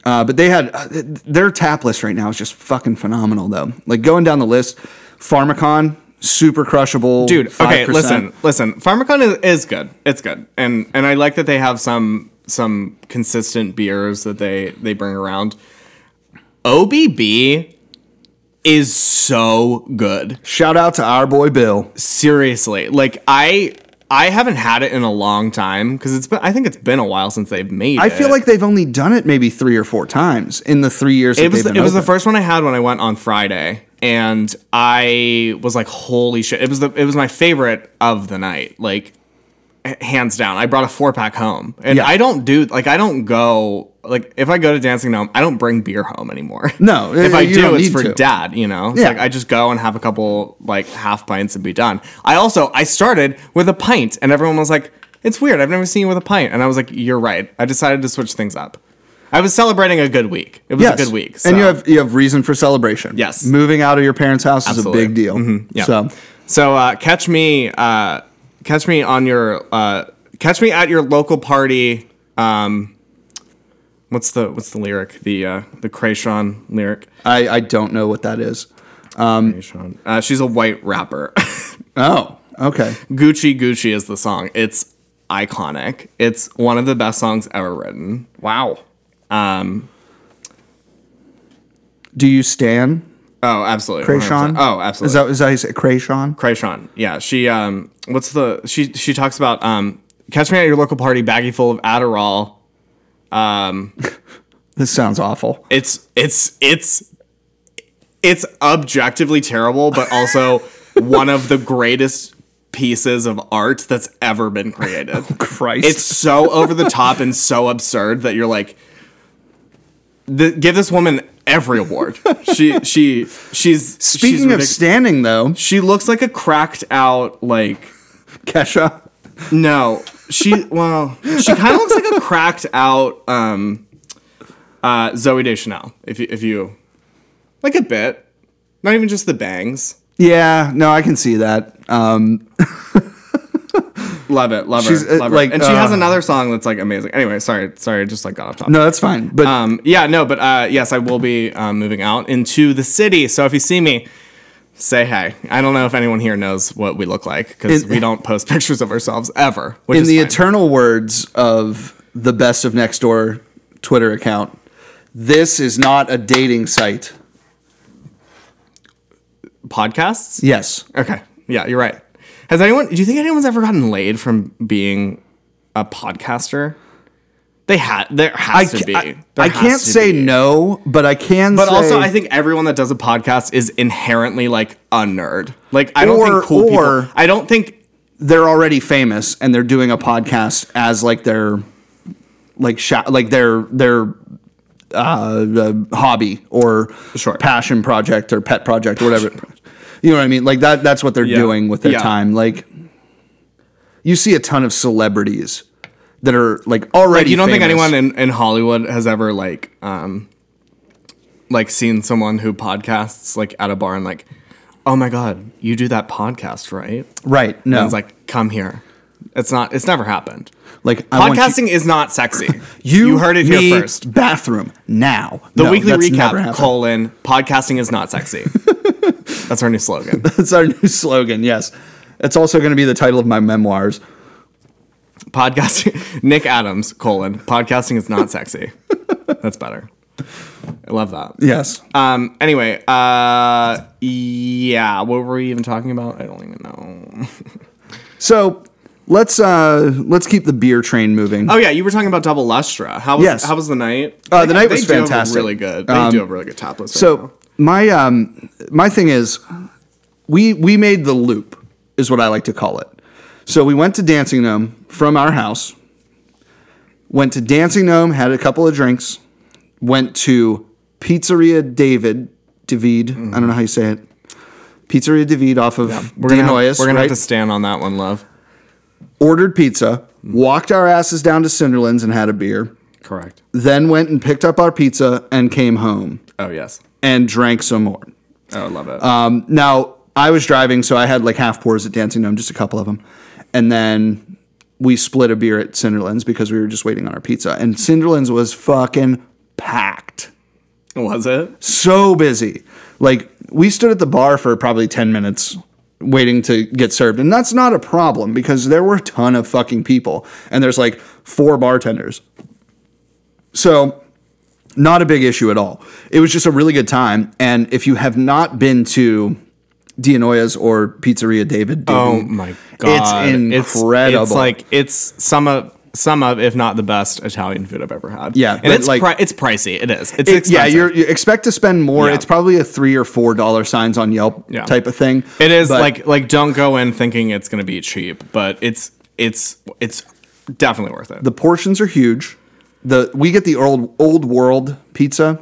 [SPEAKER 2] Uh, but they had uh, their tap list right now is just fucking phenomenal though. Like going down the list, Pharmacon, super crushable,
[SPEAKER 1] dude. Okay,
[SPEAKER 2] 5%.
[SPEAKER 1] listen, listen. Pharmacon is, is good. It's good, and and I like that they have some some consistent beers that they they bring around. OBB is so good.
[SPEAKER 2] Shout out to our boy Bill.
[SPEAKER 1] Seriously, like I I haven't had it in a long time because it's been I think it's been a while since they've made.
[SPEAKER 2] I feel like they've only done it maybe three or four times in the three years.
[SPEAKER 1] it was
[SPEAKER 2] they've
[SPEAKER 1] it
[SPEAKER 2] been
[SPEAKER 1] was the
[SPEAKER 2] open.
[SPEAKER 1] first one I had when I went on Friday, and I was like, "Holy shit!" It was the it was my favorite of the night, like h- hands down. I brought a four pack home, and
[SPEAKER 2] Yeah.
[SPEAKER 1] I don't do like I don't go like if I go to Dancing Gnome, I don't bring beer home anymore.
[SPEAKER 2] No,
[SPEAKER 1] if I
[SPEAKER 2] you don't
[SPEAKER 1] do, it's
[SPEAKER 2] need
[SPEAKER 1] for
[SPEAKER 2] to.
[SPEAKER 1] dad. You know, it's
[SPEAKER 2] Yeah.
[SPEAKER 1] like I just go and have a couple like half pints and be done. I also I started with a pint, and everyone was like. It's weird. I've never seen you with a pint. And I was like, you're right. I decided to switch things up. I was celebrating a good week. It was
[SPEAKER 2] Yes.
[SPEAKER 1] a good week.
[SPEAKER 2] and you
[SPEAKER 1] so.
[SPEAKER 2] have you have reason for celebration.
[SPEAKER 1] Yes.
[SPEAKER 2] moving out of your parents' house
[SPEAKER 1] Absolutely. Mm-hmm,
[SPEAKER 2] is a big deal.
[SPEAKER 1] Yeah.
[SPEAKER 2] So
[SPEAKER 1] So uh, catch me, uh, catch me on your, uh, catch me at your local party. Um, what's the what's the lyric? The uh, the Krayshawn lyric.
[SPEAKER 2] I, I don't know what that is. Um,
[SPEAKER 1] Krayshawn. Uh, she's a white rapper.
[SPEAKER 2] Oh, okay.
[SPEAKER 1] Gucci Gucci is the song. It's iconic. It's one of the best songs ever written.
[SPEAKER 2] Wow. Do you stan
[SPEAKER 1] Oh, absolutely. 100%.
[SPEAKER 2] Krayshawn?
[SPEAKER 1] Oh, absolutely.
[SPEAKER 2] Is that is that how you say it? Krayshawn?
[SPEAKER 1] Krayshawn. Yeah, she um what's the she she talks about um catch me at your local party baggie full of Adderall.
[SPEAKER 2] This sounds awful.
[SPEAKER 1] It's it's it's it's objectively terrible, but also one of the greatest pieces of art that's ever been created.
[SPEAKER 2] Oh, Christ.
[SPEAKER 1] It's so over the top and so absurd that you're like the, give this woman every award. She she she's she's
[SPEAKER 2] speaking of
[SPEAKER 1] ridic-
[SPEAKER 2] standing though,
[SPEAKER 1] she looks like a cracked out like
[SPEAKER 2] Kesha.
[SPEAKER 1] No, she well, she kind of looks like a cracked out um, uh, Zoe Deschanel. If you, if you like a bit, not even just the bangs.
[SPEAKER 2] Yeah, no, I can see that. Um,
[SPEAKER 1] Love it, love
[SPEAKER 2] She's,
[SPEAKER 1] her,
[SPEAKER 2] uh,
[SPEAKER 1] love
[SPEAKER 2] like,
[SPEAKER 1] her. And she has
[SPEAKER 2] uh,
[SPEAKER 1] another song that's like amazing. Anyway, sorry, sorry, I just like got off topic.
[SPEAKER 2] no, that's fine. But
[SPEAKER 1] Um, yeah, no, but uh, yes, I will be um, moving out into the city. So if you see me. Say hey. I don't know if anyone here knows what we look like because
[SPEAKER 2] In-
[SPEAKER 1] we don't post pictures of ourselves ever. Which
[SPEAKER 2] in
[SPEAKER 1] is
[SPEAKER 2] the
[SPEAKER 1] fine.
[SPEAKER 2] eternal words of the best of next door Twitter account, this is not a dating site.
[SPEAKER 1] podcasts,
[SPEAKER 2] Yes.
[SPEAKER 1] Okay. Yeah, you're right. Has anyone? Do you think anyone's ever gotten laid from being a podcaster? They had. There has to be.
[SPEAKER 2] I,
[SPEAKER 1] There
[SPEAKER 2] I
[SPEAKER 1] has
[SPEAKER 2] can't
[SPEAKER 1] to
[SPEAKER 2] say
[SPEAKER 1] be.
[SPEAKER 2] no, but I can
[SPEAKER 1] But
[SPEAKER 2] say
[SPEAKER 1] also, I think everyone that does a podcast is inherently like a nerd. Like I don't
[SPEAKER 2] Or-
[SPEAKER 1] think cool
[SPEAKER 2] or-
[SPEAKER 1] people. I don't think.
[SPEAKER 2] they're already famous and they're doing a podcast as like their like sha like their their uh, the hobby or
[SPEAKER 1] Sure.
[SPEAKER 2] passion project or pet project or whatever. You know what I mean? Like that that's what they're doing with their
[SPEAKER 1] Yeah.
[SPEAKER 2] time. Like you see a ton of celebrities that are like already
[SPEAKER 1] You don't think
[SPEAKER 2] famous.
[SPEAKER 1] anyone in, in Hollywood has ever like um like seen someone who podcasts like at a bar and like, oh my god, you do that podcast right?
[SPEAKER 2] right no
[SPEAKER 1] And it's like, come here. It's not. It's never happened.
[SPEAKER 2] like I want you-
[SPEAKER 1] Podcasting is not sexy.
[SPEAKER 2] you,
[SPEAKER 1] heard it
[SPEAKER 2] need
[SPEAKER 1] here first.
[SPEAKER 2] bathroom now
[SPEAKER 1] The weekly recap colon podcasting is not sexy. That's our new slogan.
[SPEAKER 2] that's our new slogan yes it's also going to be the title of my memoirs
[SPEAKER 1] Podcasting Nick Adams colon podcasting is not sexy. That's better. I love that.
[SPEAKER 2] yes
[SPEAKER 1] Um. Anyway. Uh. Yeah. What were we even talking about? I don't even know.
[SPEAKER 2] So let's uh let's keep the beer train moving.
[SPEAKER 1] Oh yeah, you were talking about Double Lustra. How was
[SPEAKER 2] Yes.
[SPEAKER 1] How was the night?
[SPEAKER 2] Uh, the
[SPEAKER 1] They-
[SPEAKER 2] night
[SPEAKER 1] they
[SPEAKER 2] was
[SPEAKER 1] do have a
[SPEAKER 2] fantastic. Um,
[SPEAKER 1] Really good. They do have a really good top list. right now.
[SPEAKER 2] so my um my thing is we we made the loop is what I like to call it. So we went to Dancing Gnome from our house. Went to Dancing Gnome, had a couple of drinks. Went to Pizzeria David David. I don't know how you say it. Pizzeria David off of
[SPEAKER 1] we're gonna have,
[SPEAKER 2] Dinois,
[SPEAKER 1] we're gonna
[SPEAKER 2] right?
[SPEAKER 1] have to stand on that one, love.
[SPEAKER 2] ordered pizza, walked our asses down to Cinderlands and had a beer.
[SPEAKER 1] Correct.
[SPEAKER 2] then went and picked up our pizza and came home
[SPEAKER 1] Oh yes.
[SPEAKER 2] and drank some more.
[SPEAKER 1] Oh, I love it.
[SPEAKER 2] Um, now I was driving, so I had like half pours at Dancing Gnome, just a couple of them, and then we split a beer at Cinderlands because we were just waiting on our pizza, and Cinderlands was fucking packed.
[SPEAKER 1] Was it?
[SPEAKER 2] so busy. Like we stood at the bar for probably 10 minutes waiting to get served. And that's not a problem because there were a ton of fucking people and there's like four bartenders. So not a big issue at all. It was just a really good time. And if you have not been to Dianoya's or Pizzeria David,
[SPEAKER 1] Oh my god.
[SPEAKER 2] incredible.
[SPEAKER 1] It's, like it's some of some of, if not the best Italian food I've ever had.
[SPEAKER 2] Yeah,
[SPEAKER 1] and
[SPEAKER 2] but,
[SPEAKER 1] it's
[SPEAKER 2] like-
[SPEAKER 1] pri- it's pricey. It is. It's
[SPEAKER 2] It-
[SPEAKER 1] expensive.
[SPEAKER 2] yeah, you're, you expect to spend more.
[SPEAKER 1] Yeah.
[SPEAKER 2] It's probably a three or four dollar signs on Yelp
[SPEAKER 1] Yeah.
[SPEAKER 2] type of thing.
[SPEAKER 1] It is
[SPEAKER 2] But-
[SPEAKER 1] like like don't go in thinking it's gonna be cheap, but it's it's it's definitely worth it.
[SPEAKER 2] The portions are huge. The we get the old old world pizza,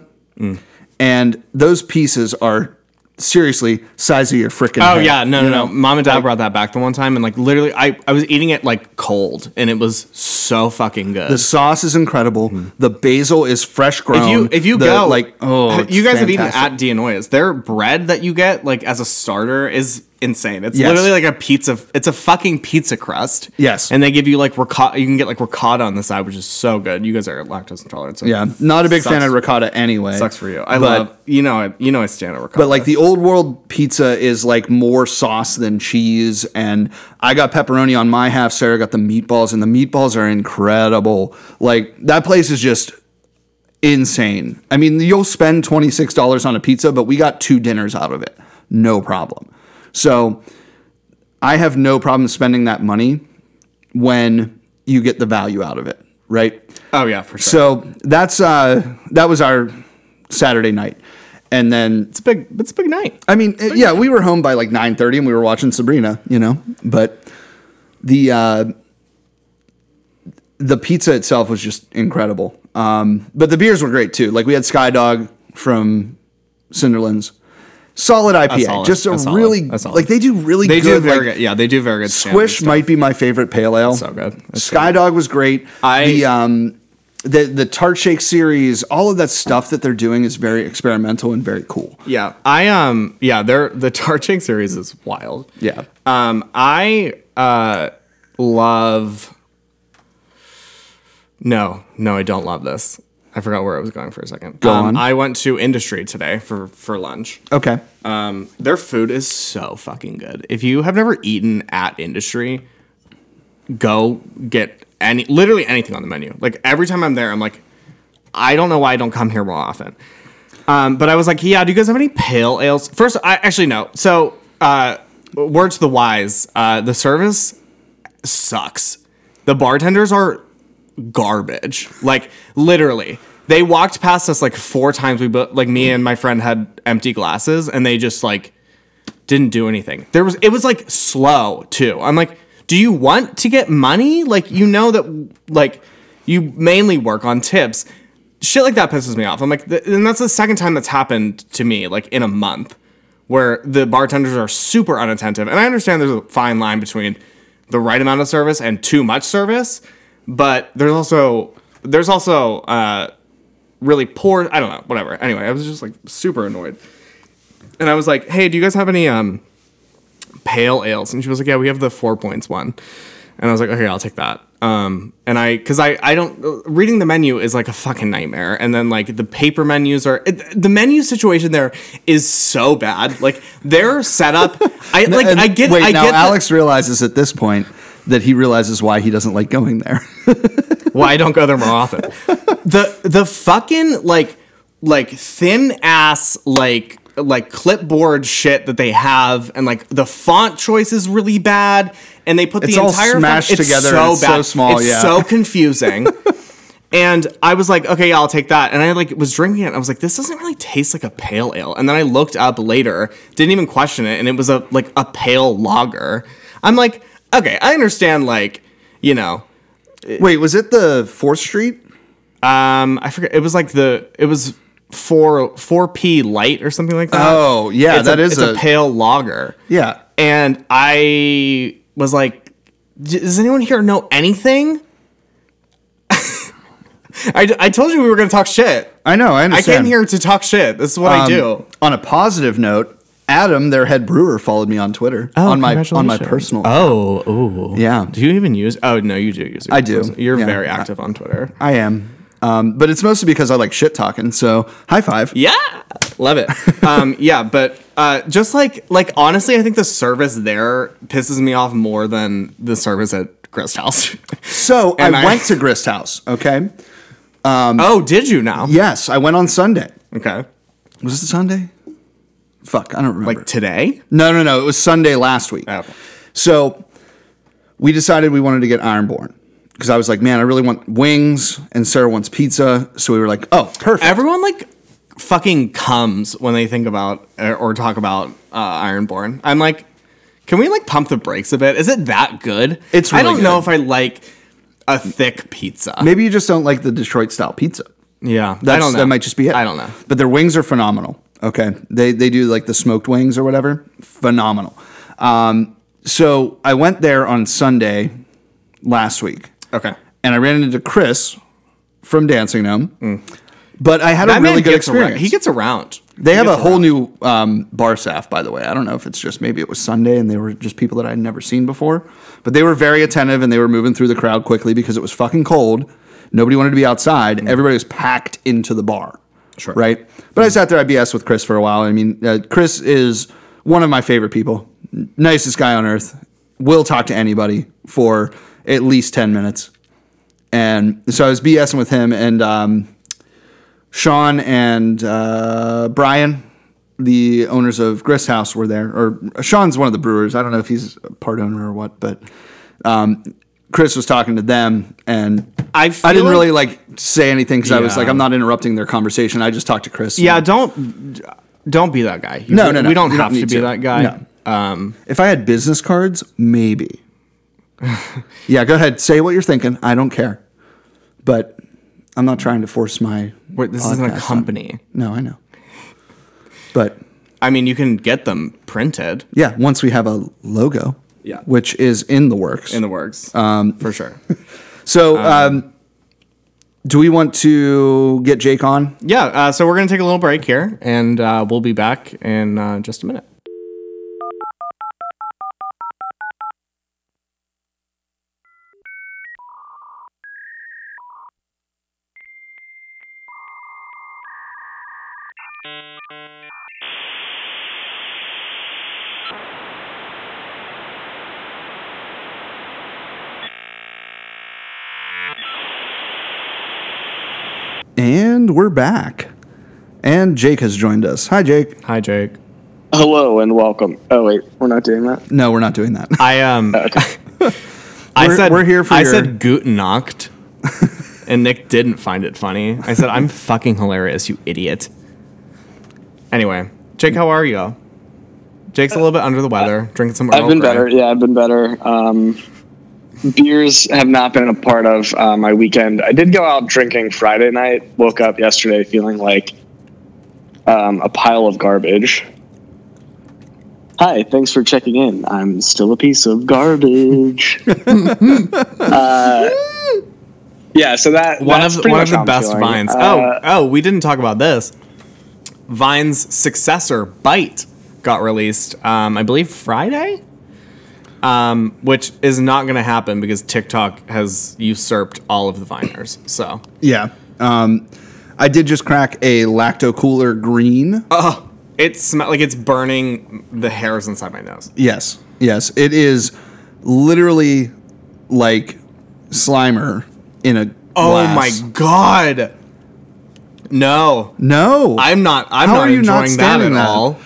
[SPEAKER 2] and those pieces are seriously size of your freaking.
[SPEAKER 1] oh yeah, no no no. Mom and Dad brought that back the one time, and like literally, I I was eating it like cold, and it was so fucking good.
[SPEAKER 2] The sauce is incredible. The basil is fresh grown.
[SPEAKER 1] Mm-hmm. if you if you
[SPEAKER 2] Um, The,
[SPEAKER 1] go
[SPEAKER 2] like oh, it's
[SPEAKER 1] you guys have eaten
[SPEAKER 2] fantastic.
[SPEAKER 1] at Dianoya's. Their bread that you get like as a starter is insane. It's
[SPEAKER 2] Yes.
[SPEAKER 1] literally like a pizza. It's a fucking pizza crust.
[SPEAKER 2] Yes.
[SPEAKER 1] and they give you like ricotta. You can get like ricotta on the side, which is so good. You guys are lactose intolerant. So
[SPEAKER 2] yeah. Not a big fan
[SPEAKER 1] Sucks.
[SPEAKER 2] of ricotta anyway.
[SPEAKER 1] Sucks for you. I
[SPEAKER 2] But-
[SPEAKER 1] love you know I, you know I stand at ricotta.
[SPEAKER 2] But like the old world pizza is like more sauce than cheese, and I got pepperoni on my half. Sarah got the meatballs, and the meatballs are incredible. Like that place is just insane. I mean, you'll spend twenty six dollars on a pizza, but we got two dinners out of it, no problem. So I have no problem spending that money when you get the value out of it, right?
[SPEAKER 1] oh yeah for sure.
[SPEAKER 2] So that's uh, that was our Saturday night, and then
[SPEAKER 1] it's a big it's a big night.
[SPEAKER 2] I mean, it- yeah, we were home by like nine thirty, and we were watching Sabrina, you know. But the uh, the pizza itself was just incredible. Um, but the beers were great too. Like we had Sky Dog from Cinderlands, solid IPA,
[SPEAKER 1] solid,
[SPEAKER 2] just a,
[SPEAKER 1] a solid,
[SPEAKER 2] really
[SPEAKER 1] a solid.
[SPEAKER 2] like they do really
[SPEAKER 1] They do
[SPEAKER 2] good.
[SPEAKER 1] very
[SPEAKER 2] like,
[SPEAKER 1] good. Yeah, they do very good. standard
[SPEAKER 2] Squish
[SPEAKER 1] stuff.
[SPEAKER 2] might be my favorite pale ale.
[SPEAKER 1] so good. It's
[SPEAKER 2] Sky Dog was great.
[SPEAKER 1] I-
[SPEAKER 2] the um the the tart shake series, all of that stuff that they're doing is very experimental and very cool.
[SPEAKER 1] Yeah, I um yeah, they're the Tar Chink series is wild.
[SPEAKER 2] Yeah.
[SPEAKER 1] Um, I uh love. No, no, I don't love this. I forgot where I was going for a second. Go
[SPEAKER 2] on.
[SPEAKER 1] I went to industry today for for lunch.
[SPEAKER 2] Okay.
[SPEAKER 1] Um, their food is so fucking good. If you have never eaten at industry, go get any literally anything on the menu. Like every time I'm there, I'm like, I don't know why I don't come here more often. Um, but I was like, yeah, do you guys have any pale ales? First, I actually no. So, uh, word to the wise, uh, the service sucks. The bartenders are garbage. Like literally, they walked past us like four times. We bo- like me and my friend had empty glasses, and they just like didn't do anything. There was it was like slow too. I'm like, do you want to get money? Like you know that like you mainly work on tips. Shit like that pisses me off. I'm like, th- and that's the second time that's happened to me like in a month, where the bartenders are super unattentive. And I understand there's a fine line between the right amount of service and too much service, but there's also there's also uh, really poor. I don't know, whatever. Anyway, I was just like super annoyed and I was like, "Hey, do you guys have any um pale ales?" And she was like, "Yeah, we have the four points one." And I was like, "Okay, I'll take that." Um, and I, cause I, I don't uh, reading the menu is like a fucking nightmare. And then like the paper menus are it, the menu situation there is so bad. Like their setup, I like
[SPEAKER 2] And
[SPEAKER 1] I get
[SPEAKER 2] Wait,
[SPEAKER 1] I
[SPEAKER 2] now
[SPEAKER 1] get the-
[SPEAKER 2] Alex realizes at this point that he realizes why he doesn't like going there.
[SPEAKER 1] why I don't go there more often. The the fucking like like thin ass like like clipboard shit that they have and like the font choice is really bad and they put
[SPEAKER 2] It's
[SPEAKER 1] the
[SPEAKER 2] all
[SPEAKER 1] entire
[SPEAKER 2] smashed
[SPEAKER 1] it's
[SPEAKER 2] together
[SPEAKER 1] so
[SPEAKER 2] and it's so
[SPEAKER 1] bad
[SPEAKER 2] small,
[SPEAKER 1] it's
[SPEAKER 2] yeah.
[SPEAKER 1] so confusing and I was like okay yeah, I'll take that and I like was drinking it and I was like this doesn't really taste like a pale ale and then I looked up later didn't even question it and it was a like a pale lager I'm like okay I understand like you know
[SPEAKER 2] Wait, was it the Fourth Street?
[SPEAKER 1] um, I forget. It was like the it was four four p light or something like that.
[SPEAKER 2] Oh, yeah,
[SPEAKER 1] it's
[SPEAKER 2] that
[SPEAKER 1] a,
[SPEAKER 2] is
[SPEAKER 1] it's a,
[SPEAKER 2] a-
[SPEAKER 1] pale lager.
[SPEAKER 2] Yeah.
[SPEAKER 1] and I was like, "D- does anyone here know anything? I, I told you we were gonna talk shit.
[SPEAKER 2] I know. I
[SPEAKER 1] I
[SPEAKER 2] understand.
[SPEAKER 1] came here to talk shit. This is what I
[SPEAKER 2] Um,
[SPEAKER 1] do.
[SPEAKER 2] On a positive note, Adam, their head brewer, followed me on Twitter on my on my personal.
[SPEAKER 1] Oh, oh,
[SPEAKER 2] Yeah.
[SPEAKER 1] Do you even use? Oh no, you do use. It.
[SPEAKER 2] I do.
[SPEAKER 1] You're
[SPEAKER 2] Yeah.
[SPEAKER 1] very active on Twitter.
[SPEAKER 2] I am. Um, but it's mostly because I like shit talking. So high five.
[SPEAKER 1] Yeah, love it. um, yeah, but uh, just like like honestly, I think the service there pisses me off more than the service at Grist House.
[SPEAKER 2] So I,
[SPEAKER 1] And I-
[SPEAKER 2] went to Grist House. Okay.
[SPEAKER 1] oh, did you now?
[SPEAKER 2] Yes, I went on Sunday.
[SPEAKER 1] Okay,
[SPEAKER 2] Was it Sunday? Fuck, I don't remember.
[SPEAKER 1] like Oh. today.
[SPEAKER 2] no, no, no. It was Sunday last week.
[SPEAKER 1] Okay.
[SPEAKER 2] So we decided we wanted to get Ironborn because I was like, man, I really want wings, and Sarah wants pizza. So we were like, oh, perfect.
[SPEAKER 1] Everyone like fucking comes when they think about or, or talk about uh, Ironborn. I'm like, can we like pump the brakes a bit? Is it that good?
[SPEAKER 2] It's
[SPEAKER 1] I
[SPEAKER 2] really
[SPEAKER 1] don't know
[SPEAKER 2] good.
[SPEAKER 1] if I like a thick pizza.
[SPEAKER 2] Maybe you just don't like the Detroit style pizza.
[SPEAKER 1] Yeah,
[SPEAKER 2] That's,
[SPEAKER 1] I don't know.
[SPEAKER 2] That might just be it.
[SPEAKER 1] I don't know.
[SPEAKER 2] But their wings are phenomenal. Okay, they they do like the smoked wings or whatever. Phenomenal. Um, so I went there on Sunday last week,
[SPEAKER 1] Okay,
[SPEAKER 2] and I ran into Chris from Dancing Gnome. But I had a really good
[SPEAKER 1] Mm. gets
[SPEAKER 2] experience.
[SPEAKER 1] Around. He gets around.
[SPEAKER 2] They
[SPEAKER 1] He
[SPEAKER 2] have a
[SPEAKER 1] gets
[SPEAKER 2] whole
[SPEAKER 1] around.
[SPEAKER 2] new um, bar staff, by the way. I don't know if it's just maybe it was Sunday and they were just people that I had never seen before, but they were very attentive and they were moving through the crowd quickly because it was fucking cold. Nobody wanted to be outside. Everybody was packed into the bar.
[SPEAKER 1] Sure.
[SPEAKER 2] Right. But I sat there, I BS with Chris for a while. I mean, uh, Chris is one of my favorite people, N- nicest guy on earth. Will talk to anybody for at least 10 minutes. And so I was BSing with him and um, Sean and uh, Brian, the owners of Grist House, were there. Or Sean's one of the brewers. I don't know if he's a part owner or what, but um, Chris was talking to them, and
[SPEAKER 1] I
[SPEAKER 2] I
[SPEAKER 1] feel
[SPEAKER 2] didn't
[SPEAKER 1] like-
[SPEAKER 2] really like say anything because I was
[SPEAKER 1] Yeah.
[SPEAKER 2] like, I'm not interrupting their conversation. I just talked to Chris.
[SPEAKER 1] Yeah, don't don't be that guy. You-
[SPEAKER 2] No, no, no.
[SPEAKER 1] We don't
[SPEAKER 2] You don't
[SPEAKER 1] have to
[SPEAKER 2] need
[SPEAKER 1] be
[SPEAKER 2] to.
[SPEAKER 1] that guy. Um,
[SPEAKER 2] If I had business cards, maybe. yeah, go ahead. Say what you're thinking. I don't care, but I'm not trying to force my.
[SPEAKER 1] we're- this isn't
[SPEAKER 2] podcast
[SPEAKER 1] a
[SPEAKER 2] on-
[SPEAKER 1] company.
[SPEAKER 2] No, I know. But
[SPEAKER 1] I mean, you can get them printed
[SPEAKER 2] yeah, once we have a logo,
[SPEAKER 1] Yeah.
[SPEAKER 2] which is in the works.
[SPEAKER 1] in the Uh-huh. works, um, for sure.
[SPEAKER 2] so, um, do we want to get Jake on?
[SPEAKER 1] yeah. Uh, so we're gonna take a little break here, and uh, we'll be back in uh, just a minute.
[SPEAKER 2] And we're back. And Jake has joined us. Hi, Jake.
[SPEAKER 1] Hi, Jake.
[SPEAKER 3] Hello and welcome. Oh wait, we're not doing that.
[SPEAKER 2] No, we're not doing that.
[SPEAKER 1] I um,
[SPEAKER 3] Uh,
[SPEAKER 1] I
[SPEAKER 2] We're-
[SPEAKER 1] said
[SPEAKER 2] we're here for
[SPEAKER 1] I
[SPEAKER 2] your-
[SPEAKER 1] said guten nacht, and Nick didn't find it funny. I said I'm fucking hilarious, you idiot. Anyway, Jake, how are you? Jake's a little bit under the weather, drinking some.
[SPEAKER 3] Uh, I've
[SPEAKER 1] Earl
[SPEAKER 3] been
[SPEAKER 1] Grey.
[SPEAKER 3] better. Yeah, I've been better. Um, beers have not been a part of uh, my weekend. I did go out drinking Friday night. Woke up yesterday feeling like um, a pile of garbage. Hi, thanks for checking in. I'm still a piece of garbage. uh, yeah, so that
[SPEAKER 1] one
[SPEAKER 3] that's
[SPEAKER 1] of
[SPEAKER 3] pretty
[SPEAKER 1] one
[SPEAKER 3] much
[SPEAKER 1] of the
[SPEAKER 3] how I'm
[SPEAKER 1] best
[SPEAKER 3] feeling.
[SPEAKER 1] vines.
[SPEAKER 3] Uh,
[SPEAKER 1] oh, oh, we didn't talk about this. Vine's successor, Bite, got released. Um, I believe Friday, um, which is not going to happen because TikTok has usurped all of the Viners. So
[SPEAKER 2] yeah. Um, I did just crack a lacto cooler green.
[SPEAKER 1] Uh. it smells like it's burning the hairs inside my nose.
[SPEAKER 2] Yes. Yes. It is literally like Slimer in a.
[SPEAKER 1] Oh
[SPEAKER 2] glass.
[SPEAKER 1] my god! No,
[SPEAKER 2] No.
[SPEAKER 1] I'm not. I'm
[SPEAKER 2] How
[SPEAKER 1] not
[SPEAKER 2] are you not
[SPEAKER 1] enjoying that at
[SPEAKER 2] standing that?
[SPEAKER 1] all.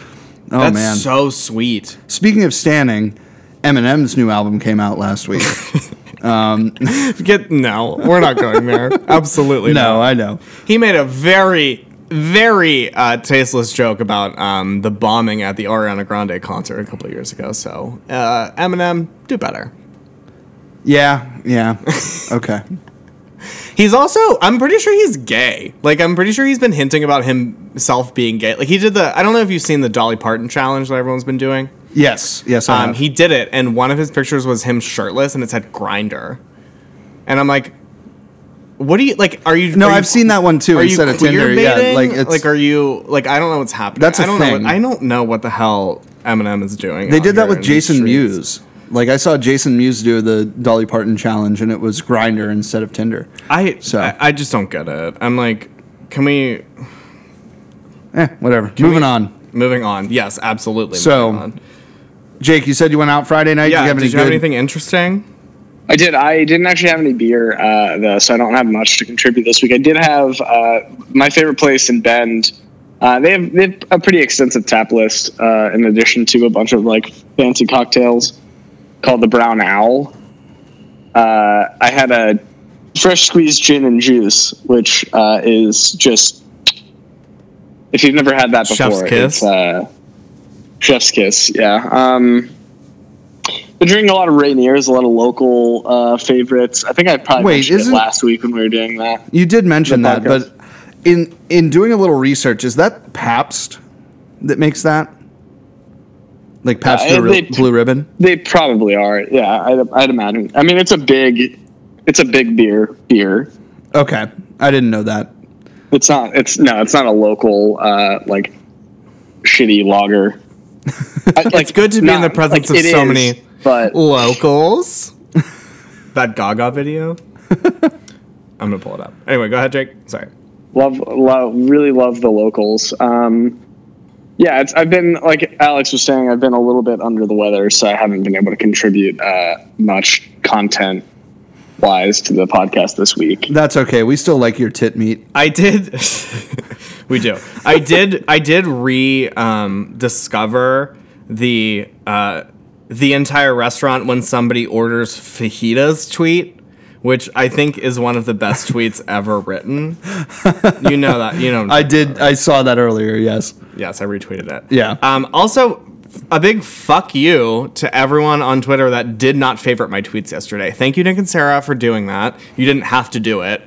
[SPEAKER 2] oh
[SPEAKER 1] That's
[SPEAKER 2] man.
[SPEAKER 1] so sweet.
[SPEAKER 2] Speaking of standing, Eminem's new album came out last week.
[SPEAKER 1] Get no, we're not going there. Absolutely not.
[SPEAKER 2] no, I know.
[SPEAKER 1] He made a very, very uh, tasteless joke about um, the bombing at the Ariana Grande concert a couple of years ago. So uh, Eminem, do better.
[SPEAKER 2] Yeah. Yeah. Okay.
[SPEAKER 1] He's also, I'm pretty sure he's gay. Like, I'm pretty sure he's been hinting about himself being gay. Like, he did the, I don't know if you've seen the Dolly Parton challenge that everyone's been doing.
[SPEAKER 2] yes. Yes. I
[SPEAKER 1] Um,
[SPEAKER 2] have.
[SPEAKER 1] he did it, and one of his pictures was him shirtless, and it said grinder. And I'm like, what do you like? Are you?
[SPEAKER 2] No,
[SPEAKER 1] are you-
[SPEAKER 2] I've seen that one too.
[SPEAKER 1] Are you
[SPEAKER 2] instead
[SPEAKER 1] queer
[SPEAKER 2] of Tinder,
[SPEAKER 1] baiting?
[SPEAKER 2] yeah, like it's
[SPEAKER 1] like, are you like? I don't know what's happening.
[SPEAKER 2] That's a
[SPEAKER 1] I don't know.
[SPEAKER 2] thing.
[SPEAKER 1] What, I don't know what the hell Eminem is doing.
[SPEAKER 2] they
[SPEAKER 1] out
[SPEAKER 2] did that
[SPEAKER 1] here
[SPEAKER 2] with
[SPEAKER 1] in these
[SPEAKER 2] Jason
[SPEAKER 1] streets.
[SPEAKER 2] Mewes. Like I saw Jason Mewes do the Dolly Parton challenge, and it was Grinder instead of Tinder.
[SPEAKER 1] I,
[SPEAKER 2] So-
[SPEAKER 1] I I just don't get it. I'm like, can we
[SPEAKER 2] Eh, whatever. Moving
[SPEAKER 1] we-
[SPEAKER 2] on.
[SPEAKER 1] moving on? Yes, absolutely.
[SPEAKER 2] So,
[SPEAKER 1] moving on.
[SPEAKER 2] Jake, you said you went out Friday night.
[SPEAKER 1] yeah,
[SPEAKER 2] Did you have,
[SPEAKER 1] did
[SPEAKER 2] any
[SPEAKER 1] you have
[SPEAKER 2] good-
[SPEAKER 1] anything interesting?
[SPEAKER 3] I did. I didn't actually have any beer, uh, though, so I don't have much to contribute this week. I did have uh, my favorite place in Bend. Uh, they, have, they have a pretty extensive tap list, uh, in addition to a bunch of like fancy cocktails called the Brown Owl. Uh, I had a fresh squeezed gin and juice, which uh, is just if you've never had that before,
[SPEAKER 1] Chef's kiss?
[SPEAKER 3] it's uh, chef's kiss. Yeah. Um, been drinking a lot of Rainiers, a lot of local uh, favorites. I think I probably
[SPEAKER 2] Wait,
[SPEAKER 3] mentioned it
[SPEAKER 2] isn't-
[SPEAKER 3] last week when we were doing that.
[SPEAKER 2] You did mention
[SPEAKER 3] The
[SPEAKER 2] that,
[SPEAKER 3] podcast.
[SPEAKER 2] but in in doing a little research, is that Pabst that makes that? Like Pabst
[SPEAKER 3] Uh,
[SPEAKER 2] Blue,
[SPEAKER 3] they-
[SPEAKER 2] Rib- Blue Ribbon?
[SPEAKER 3] They probably are. Yeah, I'd, I'd imagine. I mean, it's a big, it's a big beer beer.
[SPEAKER 2] Okay, I didn't know that.
[SPEAKER 3] It's not. It's no. It's not a local uh, like shitty lager. I- like,
[SPEAKER 1] It's good to be in
[SPEAKER 3] not-
[SPEAKER 1] the presence
[SPEAKER 3] like,
[SPEAKER 1] of
[SPEAKER 3] it
[SPEAKER 1] so
[SPEAKER 3] is,
[SPEAKER 1] many
[SPEAKER 3] But
[SPEAKER 1] locals. that Gaga video. I'm gonna pull it up. Anyway, go ahead, Jake. Sorry.
[SPEAKER 3] love, love, really love the locals. Um, yeah, it's, I've been like Alex was saying, I've been a little bit under the weather, so I haven't been able to contribute uh, much content wise to the podcast this week.
[SPEAKER 2] That's okay. We still like your tit meat.
[SPEAKER 1] I did. we do. I did. I did re um, discover the uh, the entire restaurant when somebody orders fajitas tweet, which I think is one of the best tweets ever written. You know that. You know.
[SPEAKER 2] I did. I saw that earlier. Yes.
[SPEAKER 1] Yes, I retweeted it.
[SPEAKER 2] Yeah.
[SPEAKER 1] Um, also, f- a big fuck you to everyone on Twitter that did not favorite my tweets yesterday. Thank you, Nick and Sarah, for doing that. You didn't have to do it.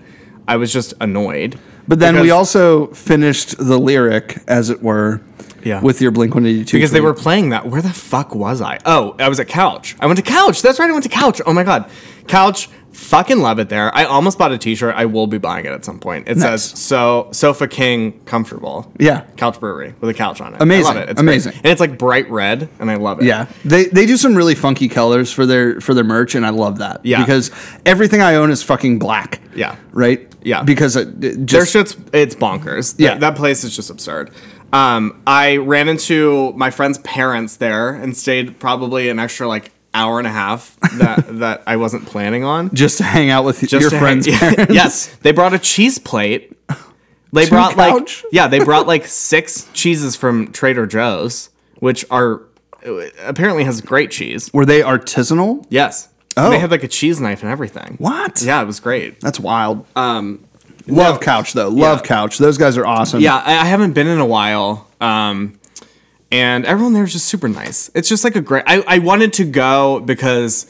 [SPEAKER 1] I was just annoyed.
[SPEAKER 2] But then we
[SPEAKER 1] Because-
[SPEAKER 2] also finished the lyric, as it were,
[SPEAKER 1] Yeah.
[SPEAKER 2] with your Blink One Eighty Two.
[SPEAKER 1] because they were playing that. Where the fuck was I? Oh, I was at Couch. I went to Couch. That's right. I went to Couch. Oh my god, Couch. Fucking love it there. I almost bought a T-shirt. I will be buying it at some point. It
[SPEAKER 2] Nice.
[SPEAKER 1] says so sofa king comfortable.
[SPEAKER 2] Yeah.
[SPEAKER 1] couch brewery with a couch on it.
[SPEAKER 2] Amazing.
[SPEAKER 1] I love it. It's great.
[SPEAKER 2] Amazing.
[SPEAKER 1] and it's like bright red, and I love it.
[SPEAKER 2] Yeah, they they do some really funky colors for their for their merch, and I love that.
[SPEAKER 1] Yeah.
[SPEAKER 2] because everything I own is fucking black.
[SPEAKER 1] Yeah.
[SPEAKER 2] right.
[SPEAKER 1] Yeah.
[SPEAKER 2] because it, it
[SPEAKER 1] Their
[SPEAKER 2] just
[SPEAKER 1] shit's it's bonkers.
[SPEAKER 2] Yeah.
[SPEAKER 1] That, that place is just absurd. Um, I ran into my friend's parents there and stayed probably an extra like hour and a half that that I wasn't planning on.
[SPEAKER 2] just to hang out with your
[SPEAKER 1] to
[SPEAKER 2] friends.
[SPEAKER 1] hang-
[SPEAKER 2] parents.
[SPEAKER 1] yes, they brought a cheese plate. They brought
[SPEAKER 2] couch?
[SPEAKER 1] like yeah, they brought like six cheeses from Trader Joe's, which are apparently has great cheese.
[SPEAKER 2] Were they artisanal?
[SPEAKER 1] Yes.
[SPEAKER 2] Oh.
[SPEAKER 1] They had like a cheese knife and everything.
[SPEAKER 2] What?
[SPEAKER 1] Yeah, it was great.
[SPEAKER 2] that's wild. Um, love couch though. Love
[SPEAKER 1] yeah.
[SPEAKER 2] couch. Those guys are awesome.
[SPEAKER 1] Yeah, I, I haven't been in a while. Um, and everyone there was just super nice. It's just like a great. I, I wanted to go because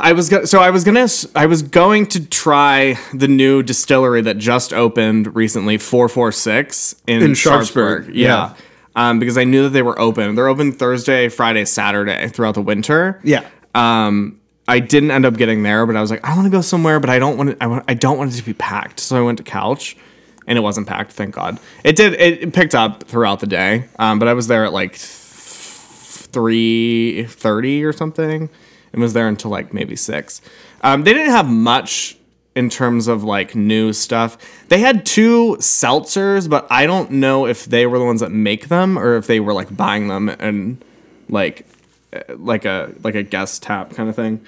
[SPEAKER 1] I was go- so I was gonna s- I was going to try the new distillery that just opened recently, four four six in,
[SPEAKER 2] In
[SPEAKER 1] Sharpsburg.
[SPEAKER 2] Sharpsburg, yeah.
[SPEAKER 1] Yeah. Um, because I knew that they were open. They're open Thursday, Friday, Saturday throughout the winter.
[SPEAKER 2] yeah.
[SPEAKER 1] Um, I didn't end up getting there, but I was like, I want to go somewhere, but I don't want it. I want. I don't want it to be packed. So I went to Couch, and it wasn't packed. Thank God. It did. It, it picked up throughout the day. Um, but I was there at like three thirty or something, and was there until like maybe six. Um, they didn't have much in terms of like new stuff. They had two seltzers, but I don't know if they were the ones that make them or if they were like buying them and like eh, like a like a guest tap kind of thing.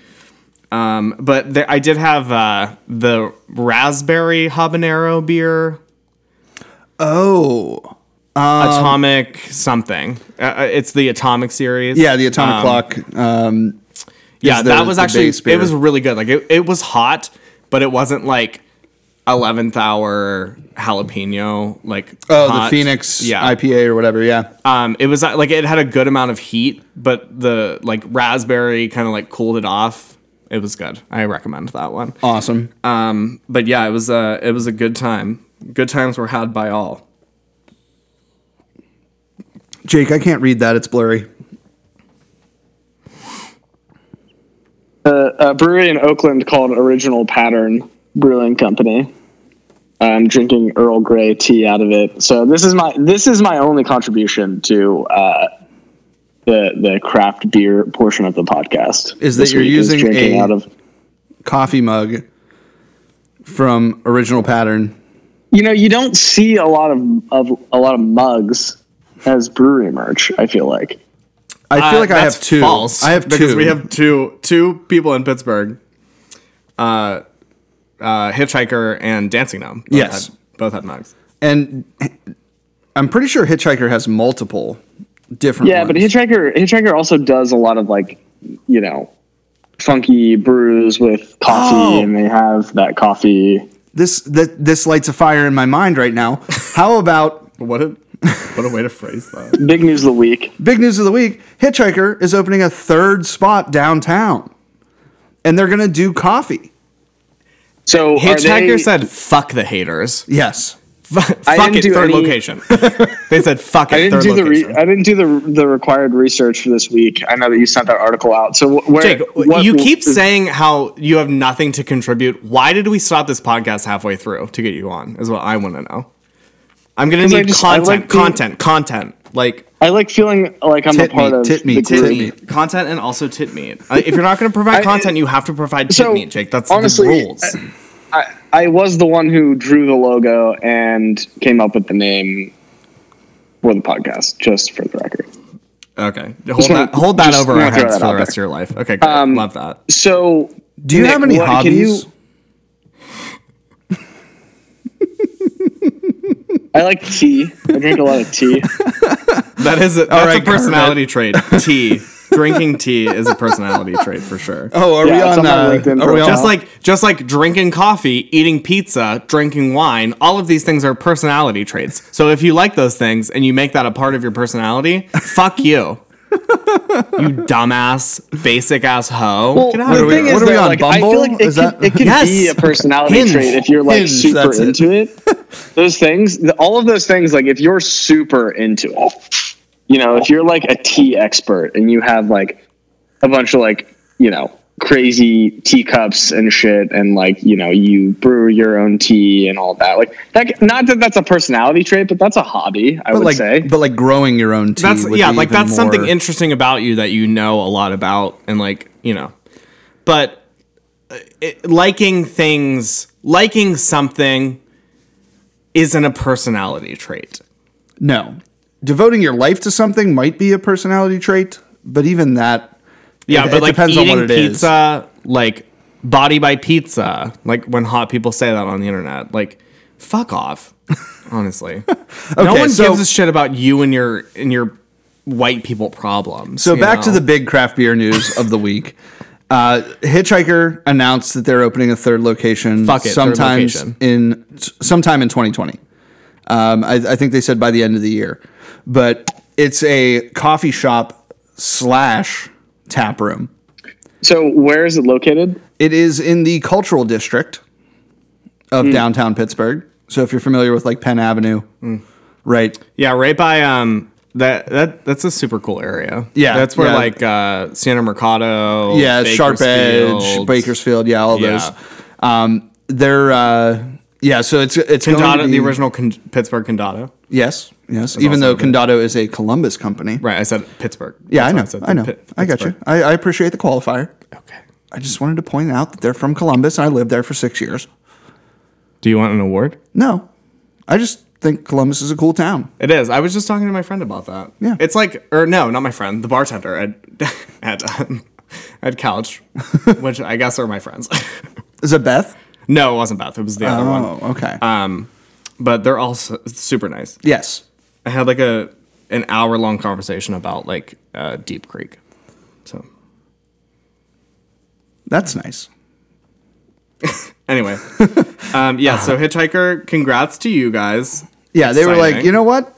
[SPEAKER 1] Um, but there, I did have uh, the raspberry habanero beer,
[SPEAKER 2] Oh,
[SPEAKER 1] atomic something. Uh, Uh, it's the atomic series.
[SPEAKER 2] yeah. The atomic
[SPEAKER 1] Um,
[SPEAKER 2] clock. Um,
[SPEAKER 1] Yeah,
[SPEAKER 2] is the-
[SPEAKER 1] that was
[SPEAKER 2] the
[SPEAKER 1] actually
[SPEAKER 2] base beer.
[SPEAKER 1] it was really good. Like it, it was hot, but it wasn't like eleventh hour jalapeno. Like
[SPEAKER 2] oh,
[SPEAKER 1] hot.
[SPEAKER 2] the Phoenix
[SPEAKER 1] Yeah,
[SPEAKER 2] IPA or whatever. Yeah.
[SPEAKER 1] Um, it was uh, like it had a good amount of heat, but the like raspberry kind of like cooled it off. It was good. I recommend that one.
[SPEAKER 2] Awesome.
[SPEAKER 1] Um, but yeah, it was a it was a good time. Good times were had by all.
[SPEAKER 2] Jake, I can't read that. It's blurry.
[SPEAKER 3] a uh, brewery in Oakland called Original Pattern Brewing Company. I'm drinking Earl Grey tea out of it. So this is my this is my only contribution to uh, the the craft beer portion of the podcast.
[SPEAKER 2] Is that
[SPEAKER 3] This
[SPEAKER 2] you're
[SPEAKER 3] week
[SPEAKER 2] using
[SPEAKER 3] drinking
[SPEAKER 2] a-
[SPEAKER 3] out of?
[SPEAKER 2] Coffee mug from original pattern.
[SPEAKER 3] You know, you don't see a lot of, of a lot of mugs as brewery merch. I feel like.
[SPEAKER 2] I feel
[SPEAKER 1] Uh,
[SPEAKER 2] like I
[SPEAKER 1] that's
[SPEAKER 2] have two.
[SPEAKER 1] False,
[SPEAKER 2] I have two.
[SPEAKER 1] because we have two two people in Pittsburgh. Uh, uh, hitchhiker and dancing gnome. Both
[SPEAKER 2] Yes.
[SPEAKER 1] had, both had mugs.
[SPEAKER 2] and I'm pretty sure Hitchhiker has multiple different.
[SPEAKER 3] Yeah, but
[SPEAKER 2] ones.
[SPEAKER 3] Hitchhiker Hitchhiker also does a lot of like, you know, funky brews with coffee,
[SPEAKER 2] Oh.
[SPEAKER 3] and they have that coffee.
[SPEAKER 2] this that this lights a fire in my mind right now. How about
[SPEAKER 1] What a what a way to phrase that.
[SPEAKER 3] Big news of the week.
[SPEAKER 2] big news of the week? Hitchhiker is opening a third spot downtown, and they're gonna do coffee.
[SPEAKER 3] So are
[SPEAKER 1] Hitchhiker
[SPEAKER 3] they-
[SPEAKER 1] said, "Fuck the haters.
[SPEAKER 2] Yes,
[SPEAKER 1] Fu- Fuck
[SPEAKER 3] didn't
[SPEAKER 1] it.
[SPEAKER 3] do
[SPEAKER 1] Third
[SPEAKER 3] any-
[SPEAKER 1] location." they said, "Fuck it."
[SPEAKER 3] I didn't
[SPEAKER 1] third
[SPEAKER 3] do the re-
[SPEAKER 1] location.
[SPEAKER 3] I didn't do the the required research for this week. I know that you sent that article out. So wh- where
[SPEAKER 1] Jake,
[SPEAKER 3] what-
[SPEAKER 1] you keep
[SPEAKER 3] is-
[SPEAKER 1] saying how you have nothing to contribute. Why did we stop this podcast halfway through to get you on? Is what I want to know. I'm gonna
[SPEAKER 3] I
[SPEAKER 1] need
[SPEAKER 3] just- I
[SPEAKER 1] content,
[SPEAKER 3] like being-
[SPEAKER 1] content, content. Like
[SPEAKER 3] I like feeling like I'm
[SPEAKER 2] Tit
[SPEAKER 3] a part
[SPEAKER 2] meat,
[SPEAKER 3] of
[SPEAKER 2] tit meat,
[SPEAKER 3] the
[SPEAKER 2] tit
[SPEAKER 3] group.
[SPEAKER 2] meat.
[SPEAKER 1] content and also tit meat. Uh, if you're not going to provide
[SPEAKER 3] I-
[SPEAKER 1] content, you have to provide tit
[SPEAKER 3] So,
[SPEAKER 1] meat, Jake. That's
[SPEAKER 3] honestly,
[SPEAKER 1] the rules.
[SPEAKER 3] I, I was the one who drew the logo and came up with the name for the podcast. Just for the record.
[SPEAKER 1] okay, hold that
[SPEAKER 3] wanna-
[SPEAKER 1] hold that
[SPEAKER 3] just
[SPEAKER 1] over our
[SPEAKER 3] wanna throw
[SPEAKER 1] heads
[SPEAKER 3] that
[SPEAKER 1] for the
[SPEAKER 3] out
[SPEAKER 1] rest of your life. Okay, great.
[SPEAKER 3] Um,
[SPEAKER 1] love that.
[SPEAKER 3] So
[SPEAKER 2] Do you
[SPEAKER 3] Nick,
[SPEAKER 2] have any
[SPEAKER 3] what- can
[SPEAKER 2] hobbies?
[SPEAKER 3] you- I like tea. I drink a lot of tea.
[SPEAKER 1] That is a, that's
[SPEAKER 2] right,
[SPEAKER 1] a personality trait. Tea, drinking tea is a personality trait for sure.
[SPEAKER 2] oh, are
[SPEAKER 3] Yeah,
[SPEAKER 2] we on?
[SPEAKER 3] it's on my
[SPEAKER 2] Uh,
[SPEAKER 3] LinkedIn
[SPEAKER 2] are we on
[SPEAKER 3] profile.
[SPEAKER 1] Just like just like drinking coffee, eating pizza, drinking wine, all of these things are personality traits. So if you like those things and you make that a part of your personality, fuck you. You dumbass, basic ass hoe.
[SPEAKER 3] Well,
[SPEAKER 1] Get
[SPEAKER 3] the
[SPEAKER 1] out of
[SPEAKER 2] we-
[SPEAKER 1] here.
[SPEAKER 3] thing is,
[SPEAKER 2] what are we
[SPEAKER 3] though,
[SPEAKER 2] on,
[SPEAKER 3] like, I feel
[SPEAKER 2] Bumble?
[SPEAKER 3] like it
[SPEAKER 2] Is
[SPEAKER 3] can,
[SPEAKER 2] that-
[SPEAKER 3] it can
[SPEAKER 1] Yes.
[SPEAKER 3] be a personality
[SPEAKER 1] Hinge.
[SPEAKER 3] trait if you're like
[SPEAKER 2] Hinge,
[SPEAKER 3] super
[SPEAKER 2] that's it.
[SPEAKER 3] into it. Those things, the, all of those things, like if you're super into it, you know, if you're like a tea expert and you have like a bunch of like, you know, crazy teacups and shit, and like, you know, you brew your own tea and all that. Like, that, not that that's a personality trait, but that's a hobby, I
[SPEAKER 2] But
[SPEAKER 3] would
[SPEAKER 2] like,
[SPEAKER 3] say.
[SPEAKER 2] but like growing your own tea.
[SPEAKER 1] that's
[SPEAKER 2] would
[SPEAKER 1] yeah
[SPEAKER 2] be
[SPEAKER 1] like
[SPEAKER 2] even
[SPEAKER 1] that's something
[SPEAKER 2] more-
[SPEAKER 1] interesting about you that you know a lot about and like you know but uh, it, liking things liking something isn't a personality trait
[SPEAKER 2] No, devoting your life to something might be a personality trait, but even that.
[SPEAKER 1] yeah
[SPEAKER 2] it-
[SPEAKER 1] but
[SPEAKER 2] it
[SPEAKER 1] like
[SPEAKER 2] depends on
[SPEAKER 1] eating
[SPEAKER 2] what it is.
[SPEAKER 1] pizza like body by pizza like when hot people say that on the internet like fuck off honestly no
[SPEAKER 2] Okay,
[SPEAKER 1] one
[SPEAKER 2] so-
[SPEAKER 1] gives a shit about you and your and your white people problems
[SPEAKER 2] So
[SPEAKER 1] you
[SPEAKER 2] back to
[SPEAKER 1] know?
[SPEAKER 2] the big craft beer news of the week. Uh, Hitchhiker announced that they're opening a third location
[SPEAKER 1] Fuck it, third
[SPEAKER 2] sometime
[SPEAKER 1] location.
[SPEAKER 2] in sometime in 2020. Um, I, I think they said by the end of the year, but it's a coffee shop slash tap room.
[SPEAKER 3] so, where is it located?
[SPEAKER 2] It is in the cultural district of
[SPEAKER 1] Hmm.
[SPEAKER 2] downtown Pittsburgh. So if you're familiar with like Penn Avenue,
[SPEAKER 1] Hmm.
[SPEAKER 2] right?
[SPEAKER 1] Yeah, right by um that that that's a super cool area.
[SPEAKER 2] Yeah,
[SPEAKER 1] that's where
[SPEAKER 2] yeah.
[SPEAKER 1] like uh Santa Mercado.
[SPEAKER 2] yeah, Sharp Edge,
[SPEAKER 1] Bakersfield,
[SPEAKER 2] Bakersfield, yeah, all
[SPEAKER 1] Yeah.
[SPEAKER 2] those. Um, they're uh, yeah, so it's it's going to
[SPEAKER 1] Condado,
[SPEAKER 2] be-
[SPEAKER 1] the original con- Pittsburgh Condado.
[SPEAKER 2] Yes, yes. Even
[SPEAKER 1] also
[SPEAKER 2] though Condado is a Columbus company,
[SPEAKER 1] Right, I said Pittsburgh.
[SPEAKER 2] Yeah, I know,
[SPEAKER 1] That's why
[SPEAKER 2] I know,
[SPEAKER 1] said Pit-
[SPEAKER 2] I got you. I, I appreciate the qualifier.
[SPEAKER 1] Okay.
[SPEAKER 2] I just wanted to point out that they're from Columbus, and I lived there for six years.
[SPEAKER 1] Do you want an award?
[SPEAKER 2] No, I just think Columbus is a cool town.
[SPEAKER 1] It is. I was just talking to my friend about that.
[SPEAKER 2] Yeah.
[SPEAKER 1] It's like, or no, not my friend, the bartender at at um, at Couch, which I guess are my friends.
[SPEAKER 2] Is it Beth?
[SPEAKER 1] no, it wasn't Beth. It was the other
[SPEAKER 2] Oh,
[SPEAKER 1] one.
[SPEAKER 2] okay.
[SPEAKER 1] Um, but they're all su- super nice.
[SPEAKER 2] yes.
[SPEAKER 1] I had like a an hour long conversation about like uh, Deep Creek. So
[SPEAKER 2] That's nice.
[SPEAKER 1] anyway, um, yeah. So Hitchhiker, congrats to you guys.
[SPEAKER 2] Uh-huh. Yeah, they were like,
[SPEAKER 1] Exciting.
[SPEAKER 2] you know what?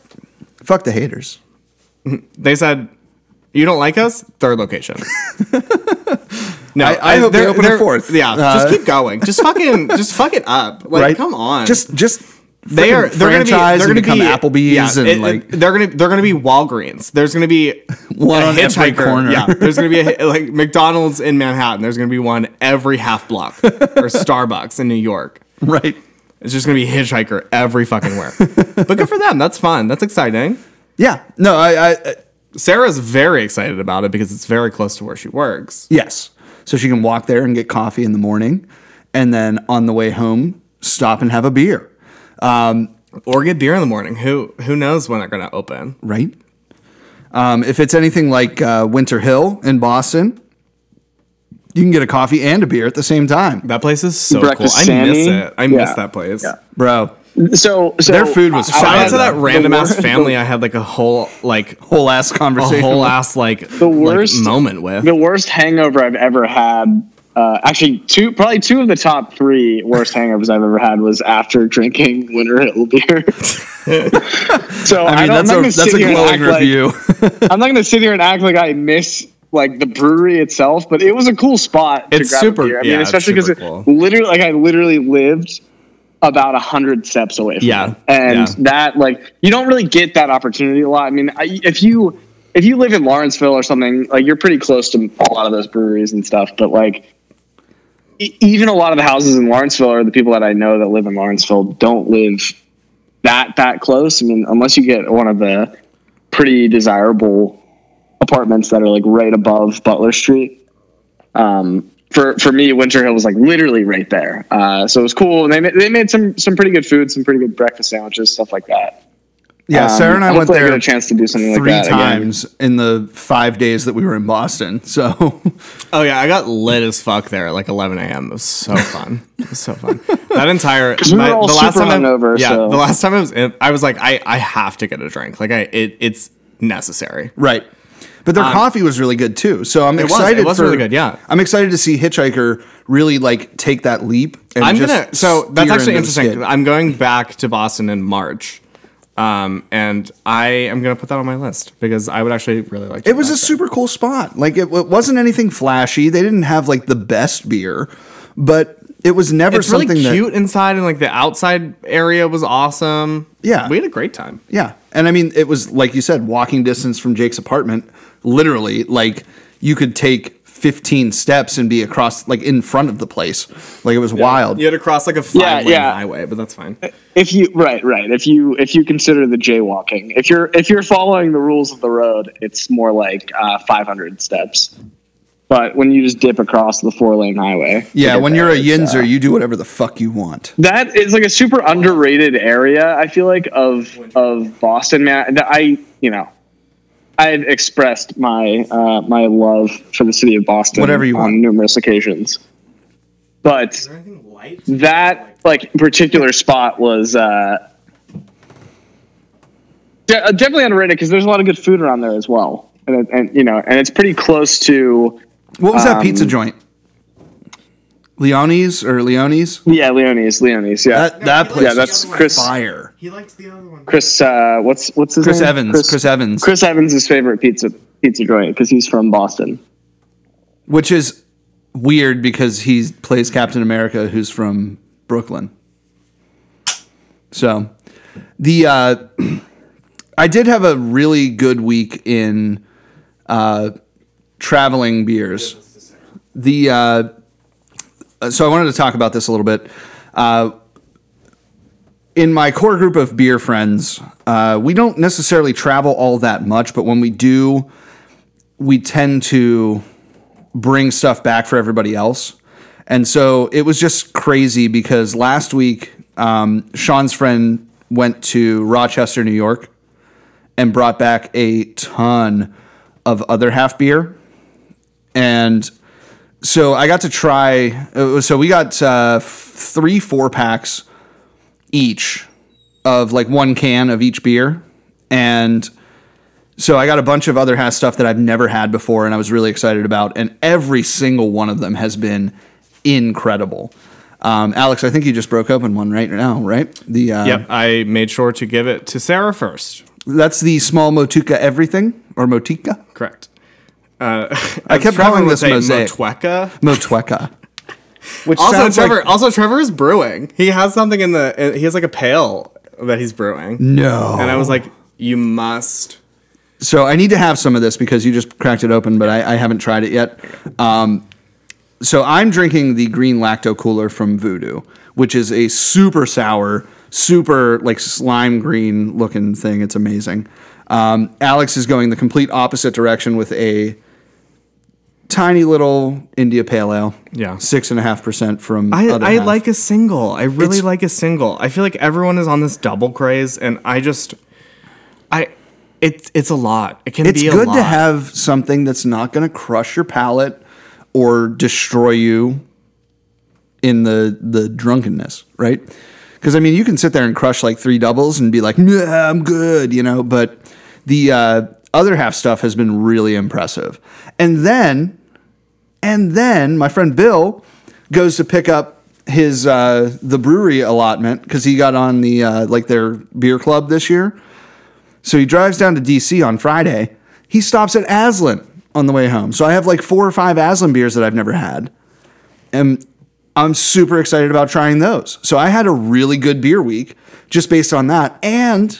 [SPEAKER 2] Fuck the haters.
[SPEAKER 1] They said you don't like us. Third location. No,
[SPEAKER 2] I- I hope they
[SPEAKER 1] they're-
[SPEAKER 2] open a
[SPEAKER 1] they're-
[SPEAKER 2] fourth.
[SPEAKER 1] Yeah,
[SPEAKER 2] Uh,
[SPEAKER 1] just keep going. Just fucking, just fuck it up. Like,
[SPEAKER 2] right?
[SPEAKER 1] come on.
[SPEAKER 2] Just just
[SPEAKER 1] they are they're gonna be they're
[SPEAKER 2] franchise
[SPEAKER 1] gonna
[SPEAKER 2] and become
[SPEAKER 1] be,
[SPEAKER 2] Applebee's
[SPEAKER 1] yeah,
[SPEAKER 2] and
[SPEAKER 1] it- it-
[SPEAKER 2] like
[SPEAKER 1] they're gonna they're gonna be Walgreens. There's gonna be
[SPEAKER 2] One on every corner.
[SPEAKER 1] Yeah, there's gonna be a, like McDonald's in Manhattan. There's gonna be one every half block or Starbucks in New York.
[SPEAKER 2] right.
[SPEAKER 1] It's just gonna be hitchhiker every fucking where. but good for them. That's fun. That's exciting.
[SPEAKER 2] Yeah. No, I uh, I
[SPEAKER 1] Sarah's very excited about it because it's very close to where she works.
[SPEAKER 2] Yes. So she can walk there and get coffee in the morning, and then on the way home, stop and have a beer.
[SPEAKER 1] Or get beer in the morning. Who who knows when they're gonna open?
[SPEAKER 2] right? Um, if it's anything like uh, Winter Hill in Boston, you can get a coffee and a beer at the same time,
[SPEAKER 1] That place is so
[SPEAKER 3] Breakfast
[SPEAKER 1] cool. I miss
[SPEAKER 3] Sammy.
[SPEAKER 1] it. I miss
[SPEAKER 3] Yeah.
[SPEAKER 1] that place.
[SPEAKER 3] Yeah.
[SPEAKER 2] bro.
[SPEAKER 3] So, so
[SPEAKER 2] Their food was
[SPEAKER 1] Shout out
[SPEAKER 2] fire.
[SPEAKER 1] to that
[SPEAKER 2] The
[SPEAKER 1] random ass
[SPEAKER 3] wor-
[SPEAKER 1] family. I had like a whole like
[SPEAKER 2] Whole ass
[SPEAKER 1] a
[SPEAKER 2] conversation.
[SPEAKER 1] whole ass like the
[SPEAKER 3] worst-
[SPEAKER 1] moment with.
[SPEAKER 3] the worst hangover I've ever had. Uh, actually, two probably two of the top three worst hangovers I've ever had was after drinking Winter Hill beer. so
[SPEAKER 2] I
[SPEAKER 3] I
[SPEAKER 2] mean, that's a
[SPEAKER 3] don't, am not gonna
[SPEAKER 2] that's
[SPEAKER 3] sit
[SPEAKER 2] a
[SPEAKER 3] here and
[SPEAKER 2] glowing
[SPEAKER 3] act like-
[SPEAKER 2] review.
[SPEAKER 3] I'm not gonna sit here and act like I miss like the brewery itself, but it was a cool spot.
[SPEAKER 1] It's
[SPEAKER 3] to grab
[SPEAKER 1] super-
[SPEAKER 3] A beer. I mean,
[SPEAKER 1] yeah, it's
[SPEAKER 3] especially because
[SPEAKER 1] super cool.
[SPEAKER 3] literally, like, I literally lived about a hundred steps away. From
[SPEAKER 1] Yeah,
[SPEAKER 3] it. and
[SPEAKER 1] yeah.
[SPEAKER 3] that like you don't really get that opportunity a lot. I mean, I, if you if you live in Lawrenceville or something, like you're pretty close to a lot of those breweries and stuff. But like, e- even a lot of the houses in Lawrenceville or the people that I know that live in Lawrenceville don't live that that close. I mean, unless you get one of the pretty desirable apartments that are like right above Butler Street. Um, for for me, Winter Hill was like literally right there, uh, so it was cool. And they ma- they made some some pretty good food, some pretty good breakfast sandwiches, stuff like that.
[SPEAKER 2] yeah,
[SPEAKER 3] Um,
[SPEAKER 2] Sarah and I went
[SPEAKER 3] hopefully
[SPEAKER 2] there
[SPEAKER 3] get a chance to do something
[SPEAKER 2] three
[SPEAKER 3] like that again.
[SPEAKER 2] times in the five days that we were in Boston. So
[SPEAKER 1] Oh yeah, I got lit as fuck there at like 11 a.m. It was so fun. It was so fun. That entire
[SPEAKER 3] we were
[SPEAKER 1] my-
[SPEAKER 3] all super
[SPEAKER 1] time
[SPEAKER 3] hungover,
[SPEAKER 1] I, yeah,
[SPEAKER 3] so-
[SPEAKER 1] the last time I was in, I was like I I have to get a drink. Like I it it's necessary.
[SPEAKER 2] Right. But their coffee was really good too. So I'm
[SPEAKER 1] was.
[SPEAKER 2] excited.
[SPEAKER 1] Um, It was
[SPEAKER 2] for-
[SPEAKER 1] really good, yeah.
[SPEAKER 2] I'm excited to see Hitchhiker really like take that leap. And
[SPEAKER 1] I'm
[SPEAKER 2] just
[SPEAKER 1] gonna so that's
[SPEAKER 2] steer
[SPEAKER 1] actually
[SPEAKER 2] into the
[SPEAKER 1] interesting.
[SPEAKER 2] skid.
[SPEAKER 1] I'm going back to Boston in March. Um, and I am gonna put that on my list because I would actually really like. To
[SPEAKER 2] It was a super cool spot. Like it, it wasn't anything flashy. They didn't have like the best beer, but it was never
[SPEAKER 1] It's really
[SPEAKER 2] something
[SPEAKER 1] cute inside, and like the outside area was awesome.
[SPEAKER 2] Yeah.
[SPEAKER 1] we had a great time.
[SPEAKER 2] that yeah. And I mean, it was like you said, walking distance from Jake's apartment. Literally, like you could take 15 steps and be across, like in front of the place. Like it was wild.
[SPEAKER 1] You had to cross like a five lane
[SPEAKER 3] yeah.
[SPEAKER 1] highway, but that's fine.
[SPEAKER 3] If you right, right. If you if you consider the jaywalking, if you're if you're following the rules of the road, it's more like uh, 500 steps. But when you just dip across the four lane highway, to
[SPEAKER 2] Yeah,
[SPEAKER 3] get
[SPEAKER 2] when you're
[SPEAKER 3] there,
[SPEAKER 2] a
[SPEAKER 3] it's, uh,
[SPEAKER 2] yinzer, you do whatever the fuck you want.
[SPEAKER 3] That is like a super underrated area. I feel like of of Boston, man. that I you know, I've expressed my uh, my love for the city of Boston,
[SPEAKER 2] Whatever you
[SPEAKER 3] on
[SPEAKER 2] want.
[SPEAKER 3] numerous occasions. But
[SPEAKER 1] anything light?
[SPEAKER 3] that like particular spot was uh, de- uh, definitely underrated because there's a lot of good food around there as well, and, and you know, and it's pretty close to
[SPEAKER 2] What was
[SPEAKER 3] Um,
[SPEAKER 2] that pizza joint? Leonie's or Leonie's?
[SPEAKER 3] yeah, Leonie's, Leonie's, yeah.
[SPEAKER 2] That that place
[SPEAKER 3] Yeah, that's
[SPEAKER 2] was
[SPEAKER 3] Chris-
[SPEAKER 2] fire.
[SPEAKER 1] He liked the other one.
[SPEAKER 3] Chris, uh, what's what's his
[SPEAKER 2] Chris
[SPEAKER 3] name?
[SPEAKER 2] Evans. Chris, Evans.
[SPEAKER 3] Chris Evans' is favorite pizza pizza joint because he's from Boston.
[SPEAKER 2] Which is weird because he plays Captain America who's from Brooklyn. So the uh, I did have a really good week in uh, traveling beers. The uh, so I wanted to talk about this a little bit. Uh, in my core group of beer friends, uh, we don't necessarily travel all that much, but when we do, we tend to bring stuff back for everybody else. And so it was just crazy because last week, um, Sean's friend went to Rochester, New York, and brought back a ton of other half beer. And so I got to try. it was- So we got uh, f- three four packs each of like one can of each beer. And so I got a bunch of other has stuff that I've never had before and I was really excited about. And every single one of them has been incredible. Um, Alex, I think you just broke open one right now, right? The uh,
[SPEAKER 1] Yep, Um, I made sure to give it to Sarah first.
[SPEAKER 2] that's the small Motuka everything or Motika
[SPEAKER 1] Correct. Uh,
[SPEAKER 2] I kept
[SPEAKER 1] Trevor
[SPEAKER 2] calling
[SPEAKER 1] would
[SPEAKER 2] this
[SPEAKER 1] say,
[SPEAKER 2] mosaic.
[SPEAKER 1] Motweka.
[SPEAKER 2] Motweka. Which
[SPEAKER 1] Also,
[SPEAKER 2] sounds like-
[SPEAKER 1] Trevor. also, Trevor is brewing. He has something in the. He has like a pail that he's brewing.
[SPEAKER 2] no.
[SPEAKER 1] And I was like, you must.
[SPEAKER 2] So I need to have some of this because you just cracked it open, but I, I haven't tried it yet. Um, so I'm drinking the green lacto cooler from Voodoo, which is a super sour, super like slime green looking thing. It's amazing. Um, Alex is going the complete opposite direction with a tiny little India Pale Ale.
[SPEAKER 1] Yeah.
[SPEAKER 2] six and a half percent from.
[SPEAKER 1] I,
[SPEAKER 2] other
[SPEAKER 1] I
[SPEAKER 2] half.
[SPEAKER 1] like a single. I really
[SPEAKER 2] It's-
[SPEAKER 1] like a single. I feel like everyone is on this double craze, and I just, I, it's it's a lot. It can
[SPEAKER 2] It's
[SPEAKER 1] be a
[SPEAKER 2] good
[SPEAKER 1] lot.
[SPEAKER 2] to have something that's not going to crush your palate or destroy you in the the drunkenness, right? Because I mean, you can sit there and crush like three doubles and be like, "Yeah, I'm good," you know. But the uh, other half stuff has been really impressive. And then, and then my friend Bill goes to pick up his uh, the brewery allotment because he got on the uh, like their beer club this year. So he drives down to DC on Friday. He stops at Aslan on the way home. So I have like four or five Aslan beers that I've never had. And I'm super excited about trying those. So I had a really good beer week just based on that. And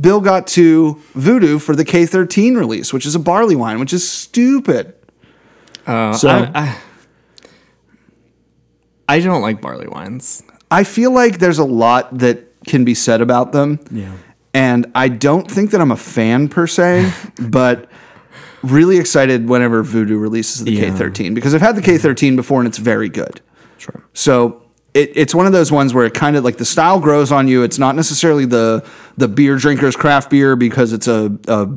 [SPEAKER 2] Bill got to Voodoo for the K13 release, which is a barley wine, which is stupid. so
[SPEAKER 1] Uh, I,
[SPEAKER 2] I,
[SPEAKER 1] I, I don't like barley wines.
[SPEAKER 2] feel like there's a lot that can be said about them.
[SPEAKER 1] Yeah.
[SPEAKER 2] And I don't think that I'm a fan per se, but really excited whenever Voodoo releases the
[SPEAKER 1] Yeah.
[SPEAKER 2] K13 because I've had the K13 before and it's very good.
[SPEAKER 1] Sure.
[SPEAKER 2] So it, it's one of those ones where it kind of like the style grows on you. It's not necessarily the the beer drinker's craft beer because it's a, a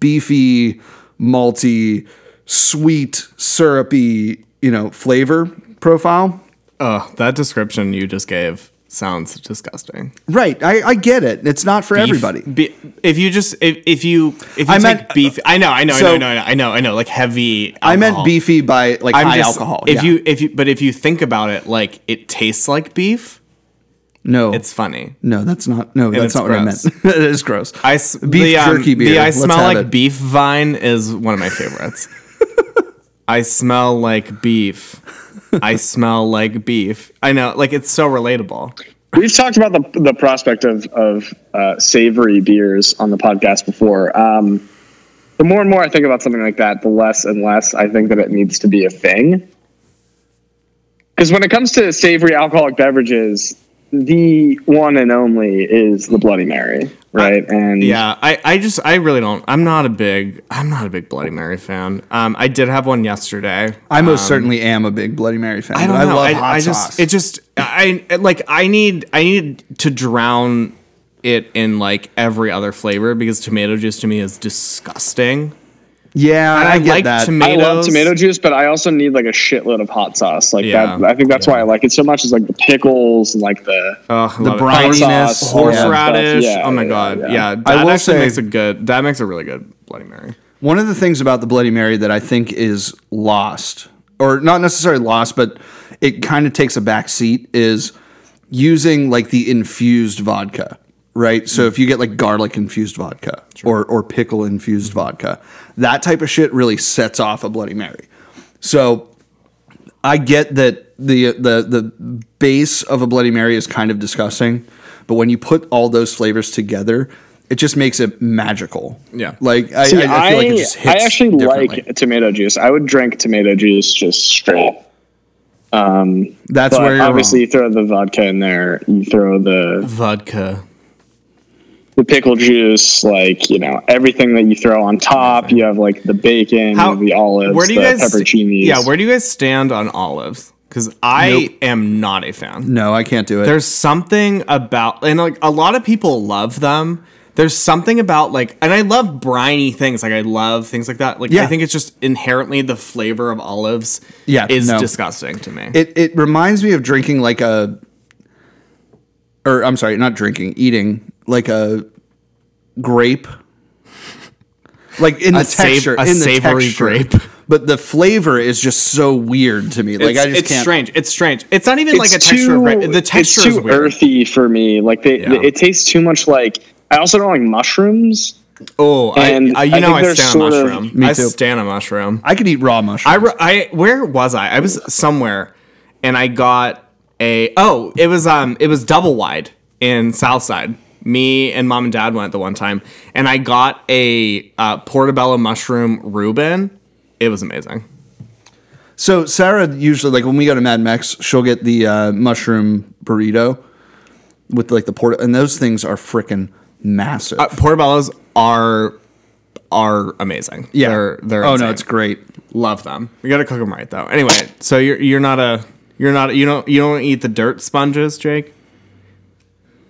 [SPEAKER 2] beefy, malty, sweet, syrupy, you know, flavor profile.
[SPEAKER 1] Oh, that description you just gave sounds disgusting.
[SPEAKER 2] Right. I, I get it. It's not for everybody.
[SPEAKER 1] Be- if you just if, if you if you
[SPEAKER 2] I
[SPEAKER 1] take
[SPEAKER 2] meant-
[SPEAKER 1] beef, I know, I know,
[SPEAKER 2] So-
[SPEAKER 1] I know, I know, I know, I know, like heavy.
[SPEAKER 2] I meant
[SPEAKER 1] alcohol.
[SPEAKER 2] beefy by like
[SPEAKER 1] I'm
[SPEAKER 2] high
[SPEAKER 1] just-
[SPEAKER 2] alcohol.
[SPEAKER 1] If
[SPEAKER 2] Yeah.
[SPEAKER 1] you if you but if you think about it, like it tastes like beef.
[SPEAKER 2] no,
[SPEAKER 1] It's funny.
[SPEAKER 2] No, that's not. No, that's
[SPEAKER 1] it's
[SPEAKER 2] not
[SPEAKER 1] gross.
[SPEAKER 2] what I meant. it is gross.
[SPEAKER 1] I s-
[SPEAKER 2] beef
[SPEAKER 1] the, um,
[SPEAKER 2] jerky beer.
[SPEAKER 1] The I
[SPEAKER 2] Let's
[SPEAKER 1] smell
[SPEAKER 2] have
[SPEAKER 1] like
[SPEAKER 2] it.
[SPEAKER 1] beef vine is one of my favorites. I smell like beef. I smell like beef. I know, like it's so relatable.
[SPEAKER 3] We've talked about the, the prospect of, of uh, savory beers on the podcast before. Um, the more and more I think about something like that, the less and less I think that it needs to be a thing. Because when it comes to savory alcoholic beverages, the one and only is the Bloody Mary, right? and
[SPEAKER 1] Yeah, I, I just I really don't. I'm not a big I'm not a big Bloody Mary fan. Um, I did have one yesterday.
[SPEAKER 2] I most certainly am a big Bloody Mary fan.
[SPEAKER 1] um, I don't
[SPEAKER 2] but
[SPEAKER 1] know.
[SPEAKER 2] I love
[SPEAKER 1] I,
[SPEAKER 2] hot
[SPEAKER 1] I
[SPEAKER 2] sauce.
[SPEAKER 1] just it just I I- like I need I need to drown it in like every other flavor because tomato juice to me is disgusting.
[SPEAKER 2] yeah, I,
[SPEAKER 1] I
[SPEAKER 2] get
[SPEAKER 1] like
[SPEAKER 2] that.
[SPEAKER 1] tomato-
[SPEAKER 3] I love
[SPEAKER 1] tomatoes.
[SPEAKER 3] tomato juice, but I also need like a shitload of hot sauce. Like
[SPEAKER 1] Yeah.
[SPEAKER 3] that, I think that's why I like it so much. Is like the pickles and like the
[SPEAKER 1] Oh,
[SPEAKER 2] The
[SPEAKER 3] hot
[SPEAKER 2] brininess,
[SPEAKER 3] sauce, all that stuff.
[SPEAKER 1] horseradish.
[SPEAKER 3] Yeah,
[SPEAKER 1] oh my
[SPEAKER 3] yeah,
[SPEAKER 1] god, yeah. that
[SPEAKER 2] I will
[SPEAKER 1] actually
[SPEAKER 2] say-
[SPEAKER 1] makes a good. That makes a really good Bloody Mary.
[SPEAKER 2] One of the things about the Bloody Mary that I think is lost, or not necessarily lost, but it kind of takes a back seat is using like the infused vodka, right? So if you get like garlic infused vodka or or pickle infused vodka, that type of shit really sets off a Bloody Mary. So I get that the the the base of a Bloody Mary is kind of disgusting, but when you put all those flavors together, it just makes it magical.
[SPEAKER 1] Yeah.
[SPEAKER 2] like I,
[SPEAKER 3] See,
[SPEAKER 2] I, I feel like it just
[SPEAKER 3] I
[SPEAKER 2] hits.
[SPEAKER 3] actually
[SPEAKER 2] differently.
[SPEAKER 3] like tomato juice. I would drink tomato juice just straight. Um,
[SPEAKER 2] that's
[SPEAKER 3] but
[SPEAKER 2] where you're obviously
[SPEAKER 3] obviously you throw the vodka in there, you throw the
[SPEAKER 1] Vodka.
[SPEAKER 3] the pickle juice, like you know everything that you throw on top. You have like the bacon, the olives,
[SPEAKER 1] Where do you
[SPEAKER 3] the
[SPEAKER 1] guys?
[SPEAKER 3] pepperoncinis.
[SPEAKER 1] Yeah, where do you guys stand on olives? Because I
[SPEAKER 2] Nope.
[SPEAKER 1] am not a fan.
[SPEAKER 2] No, I can't do it.
[SPEAKER 1] There's something about and like a lot of people love them. There's something about like, and I love briny things. Like I love things like that. Like
[SPEAKER 2] Yeah.
[SPEAKER 1] I think it's just inherently the flavor of olives.
[SPEAKER 2] Yeah,
[SPEAKER 1] is
[SPEAKER 2] no.
[SPEAKER 1] disgusting to me.
[SPEAKER 2] it it reminds me of drinking like a, or I'm sorry, not drinking, eating like a grape. Like in the
[SPEAKER 1] sav-
[SPEAKER 2] texture,
[SPEAKER 1] a
[SPEAKER 2] in the
[SPEAKER 1] savory
[SPEAKER 2] texture.
[SPEAKER 1] grape.
[SPEAKER 2] but the flavor is just so weird to me. Like
[SPEAKER 1] it's,
[SPEAKER 2] I just
[SPEAKER 1] it's
[SPEAKER 2] can't.
[SPEAKER 1] strange. It's strange. It's not even like a
[SPEAKER 3] It's
[SPEAKER 1] texture. of
[SPEAKER 3] too-
[SPEAKER 1] right. The texture
[SPEAKER 3] it's too
[SPEAKER 1] is weird.
[SPEAKER 3] earthy for me. Like they,
[SPEAKER 1] Yeah.
[SPEAKER 3] it tastes too much like. I also don't like mushrooms.
[SPEAKER 1] Oh,
[SPEAKER 3] And
[SPEAKER 1] I, I you
[SPEAKER 3] I
[SPEAKER 1] know
[SPEAKER 3] think
[SPEAKER 1] I
[SPEAKER 3] they're
[SPEAKER 1] stand on
[SPEAKER 3] sort of-
[SPEAKER 1] mushroom.
[SPEAKER 2] Me
[SPEAKER 1] I
[SPEAKER 2] too.
[SPEAKER 1] stand on mushroom.
[SPEAKER 2] I could eat raw
[SPEAKER 1] I,
[SPEAKER 2] mushrooms.
[SPEAKER 1] re- I where was I? I was somewhere, and I got a oh it was um it was double wide in Southside. Me and mom and dad went the one time, and I got a uh, portobello mushroom Reuben. It was amazing.
[SPEAKER 2] so Sarah usually like when we go to Mad Max, she'll get the uh, mushroom burrito with like the port, and those things are freaking massive.
[SPEAKER 1] Uh, portobellos are are amazing.
[SPEAKER 2] yeah,
[SPEAKER 1] they're, they're
[SPEAKER 2] oh
[SPEAKER 1] insane.
[SPEAKER 2] no, it's great.
[SPEAKER 1] Love them. You got to cook them right though. Anyway, so you're you're not a you're not you don't you don't eat the dirt sponges, Jake.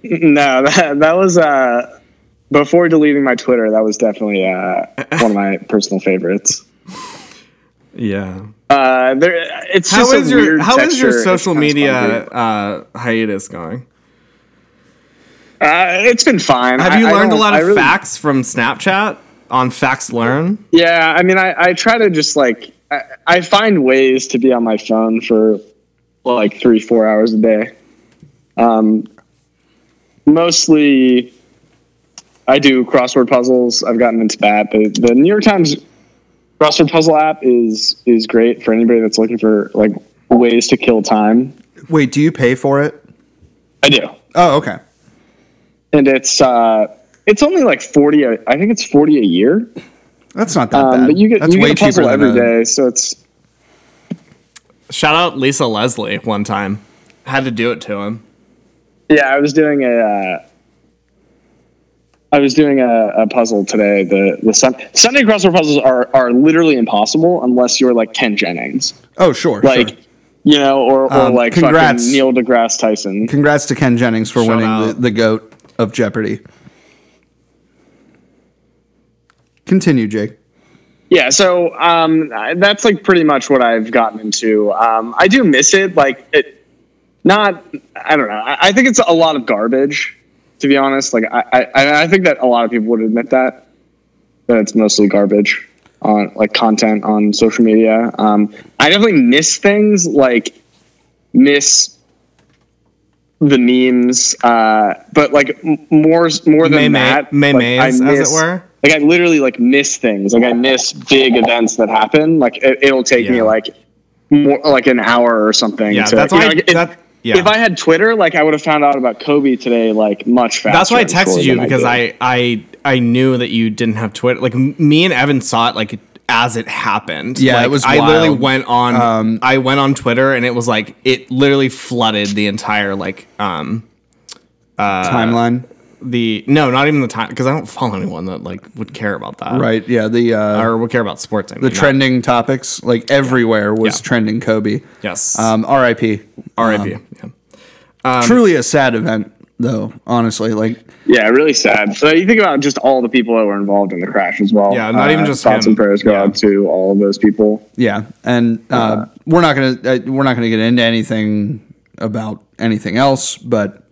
[SPEAKER 3] No, that, that was uh, before deleting my Twitter. That was definitely uh, one of my personal favorites.
[SPEAKER 1] Yeah.
[SPEAKER 3] Uh, there, it's
[SPEAKER 1] How
[SPEAKER 3] just a
[SPEAKER 1] is your
[SPEAKER 3] weird
[SPEAKER 1] how is your
[SPEAKER 3] texture. It's
[SPEAKER 1] social
[SPEAKER 3] kinda
[SPEAKER 1] media
[SPEAKER 3] spongy.
[SPEAKER 1] uh, hiatus going?
[SPEAKER 3] Uh, it's been fine.
[SPEAKER 1] Have
[SPEAKER 3] I-
[SPEAKER 1] you
[SPEAKER 3] I
[SPEAKER 1] learned a
[SPEAKER 3] don't-
[SPEAKER 1] lot
[SPEAKER 3] I
[SPEAKER 1] of
[SPEAKER 3] really-
[SPEAKER 1] facts from Snapchat on Facts Learn?
[SPEAKER 3] Yeah, I mean, I, I try to just like I, I find ways to be on my phone for like three, four hours a day. Um, mostly, I do crossword puzzles. I've gotten into that. The, the New York Times crossword puzzle app is is great for anybody that's looking for like ways to kill time.
[SPEAKER 2] Wait, do you pay for it?
[SPEAKER 3] I do,
[SPEAKER 2] Oh, okay.
[SPEAKER 3] and it's uh, it's only like forty. a- I think it's forty a year.
[SPEAKER 2] That's not that
[SPEAKER 3] Um,
[SPEAKER 2] bad.
[SPEAKER 3] but you get
[SPEAKER 2] That's
[SPEAKER 3] you
[SPEAKER 2] way
[SPEAKER 3] get a puzzle
[SPEAKER 2] cheaper
[SPEAKER 3] every
[SPEAKER 2] than a-
[SPEAKER 3] day, so it's
[SPEAKER 1] Shout out Lisa Leslie one time. Had to do it to him.
[SPEAKER 3] Yeah, I was doing a. Uh, I was doing a, a puzzle today. The the sun, Sunday crossword puzzles are are literally impossible unless you're like Ken Jennings,
[SPEAKER 2] Oh, sure.
[SPEAKER 3] like
[SPEAKER 2] sure.
[SPEAKER 3] you know, or or
[SPEAKER 2] Um,
[SPEAKER 3] like
[SPEAKER 2] congrats.
[SPEAKER 3] fucking Neil deGrasse Tyson.
[SPEAKER 2] Congrats to Ken Jennings for winning the,
[SPEAKER 1] out.
[SPEAKER 2] the goat of Jeopardy. Continue, Jake.
[SPEAKER 3] Yeah, so um, I- that's like pretty much what I've gotten into. Um, I do miss it, like it. Not, I don't know. I, I think it's a lot of garbage, to be honest. Like I, I, I think that a lot of people would admit that that it's mostly garbage on like content on social media. Um, I definitely miss things like miss the memes, uh, but like m- more more
[SPEAKER 1] Meme-
[SPEAKER 3] than that,
[SPEAKER 1] memes, as
[SPEAKER 3] like,
[SPEAKER 1] it
[SPEAKER 3] I
[SPEAKER 1] were?
[SPEAKER 3] like I literally like miss things. Like I miss big events that happen. Like it, it'll take me
[SPEAKER 1] Yeah.
[SPEAKER 3] like more like an hour or something.
[SPEAKER 1] Yeah,
[SPEAKER 3] to-
[SPEAKER 1] that's
[SPEAKER 3] you
[SPEAKER 1] why.
[SPEAKER 3] know,
[SPEAKER 1] I-
[SPEAKER 3] if,
[SPEAKER 1] that, yeah.
[SPEAKER 3] if I had Twitter, like I would have found out about Kobe today, like much faster.
[SPEAKER 1] That's why I
[SPEAKER 3] I'm sure,
[SPEAKER 1] texted you
[SPEAKER 3] than
[SPEAKER 1] because
[SPEAKER 3] did.
[SPEAKER 1] I, I I knew that you didn't have Twitter. Like m- me and Evan saw it like as it happened.
[SPEAKER 2] Yeah, it
[SPEAKER 1] like,
[SPEAKER 2] was
[SPEAKER 1] I literally
[SPEAKER 2] wild.
[SPEAKER 1] went on.
[SPEAKER 2] Um,
[SPEAKER 1] I went on Twitter and it was like it literally flooded the entire like um
[SPEAKER 2] Uh, Timeline.
[SPEAKER 1] the no not even the time because I don't follow anyone that like would care about that
[SPEAKER 2] Right. Yeah. The uh,
[SPEAKER 1] or would care about sports. I mean,
[SPEAKER 2] the trending topics, like everywhere, was
[SPEAKER 1] Yeah.
[SPEAKER 2] trending Kobe.
[SPEAKER 1] yes.
[SPEAKER 2] Um, RIP.
[SPEAKER 1] R.I.P. yeah.
[SPEAKER 2] Um, Truly a sad event, though. Honestly, like
[SPEAKER 3] yeah, really sad. So you think about just all the people that were involved in the crash as well. Uh,
[SPEAKER 1] Yeah, not even just
[SPEAKER 3] thoughts
[SPEAKER 1] him.
[SPEAKER 3] and prayers go
[SPEAKER 1] Yeah.
[SPEAKER 3] out to all of those people.
[SPEAKER 2] yeah, and uh, we're not gonna uh, we're not gonna get into anything about anything else, but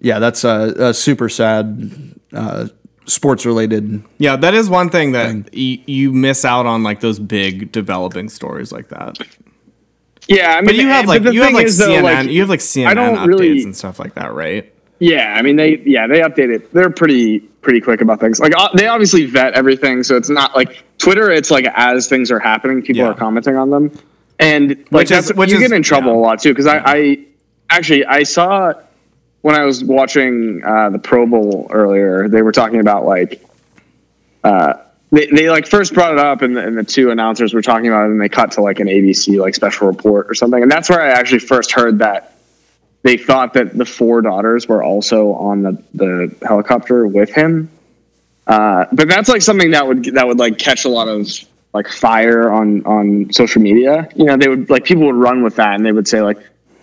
[SPEAKER 2] yeah, that's a, a super sad uh, sports related.
[SPEAKER 1] Yeah, that is one thing that Y- you miss out on, like those big developing stories like that.
[SPEAKER 3] Yeah, I mean, eh,
[SPEAKER 1] But you have like
[SPEAKER 3] the
[SPEAKER 1] you have
[SPEAKER 3] thing
[SPEAKER 1] like
[SPEAKER 3] is, though,
[SPEAKER 1] CNN,
[SPEAKER 3] like-
[SPEAKER 1] you have like CNN updates
[SPEAKER 3] don't really-
[SPEAKER 1] and stuff like that, right?
[SPEAKER 3] Yeah, I mean they yeah they update it. They're pretty pretty quick about things. Like uh, they obviously vet everything, so it's not like Twitter. It's like as things are happening, people
[SPEAKER 1] Yeah.
[SPEAKER 3] are commenting on them, and like
[SPEAKER 1] Which
[SPEAKER 3] that's,
[SPEAKER 1] is- which
[SPEAKER 3] you
[SPEAKER 1] is-
[SPEAKER 3] get in trouble
[SPEAKER 1] yeah.
[SPEAKER 3] a lot too. Because I, I actually I saw when I was watching uh, the Pro Bowl earlier, they were talking about like uh, they, they like first brought it up and the, and the two announcers were talking about it and they cut to like an abc like special report or something and that's where i actually first heard that they thought that the four daughters were also on the, the helicopter with him uh, but that's like something that would that would like catch a lot of like fire on on social media you know they would like people would run with that and they would say like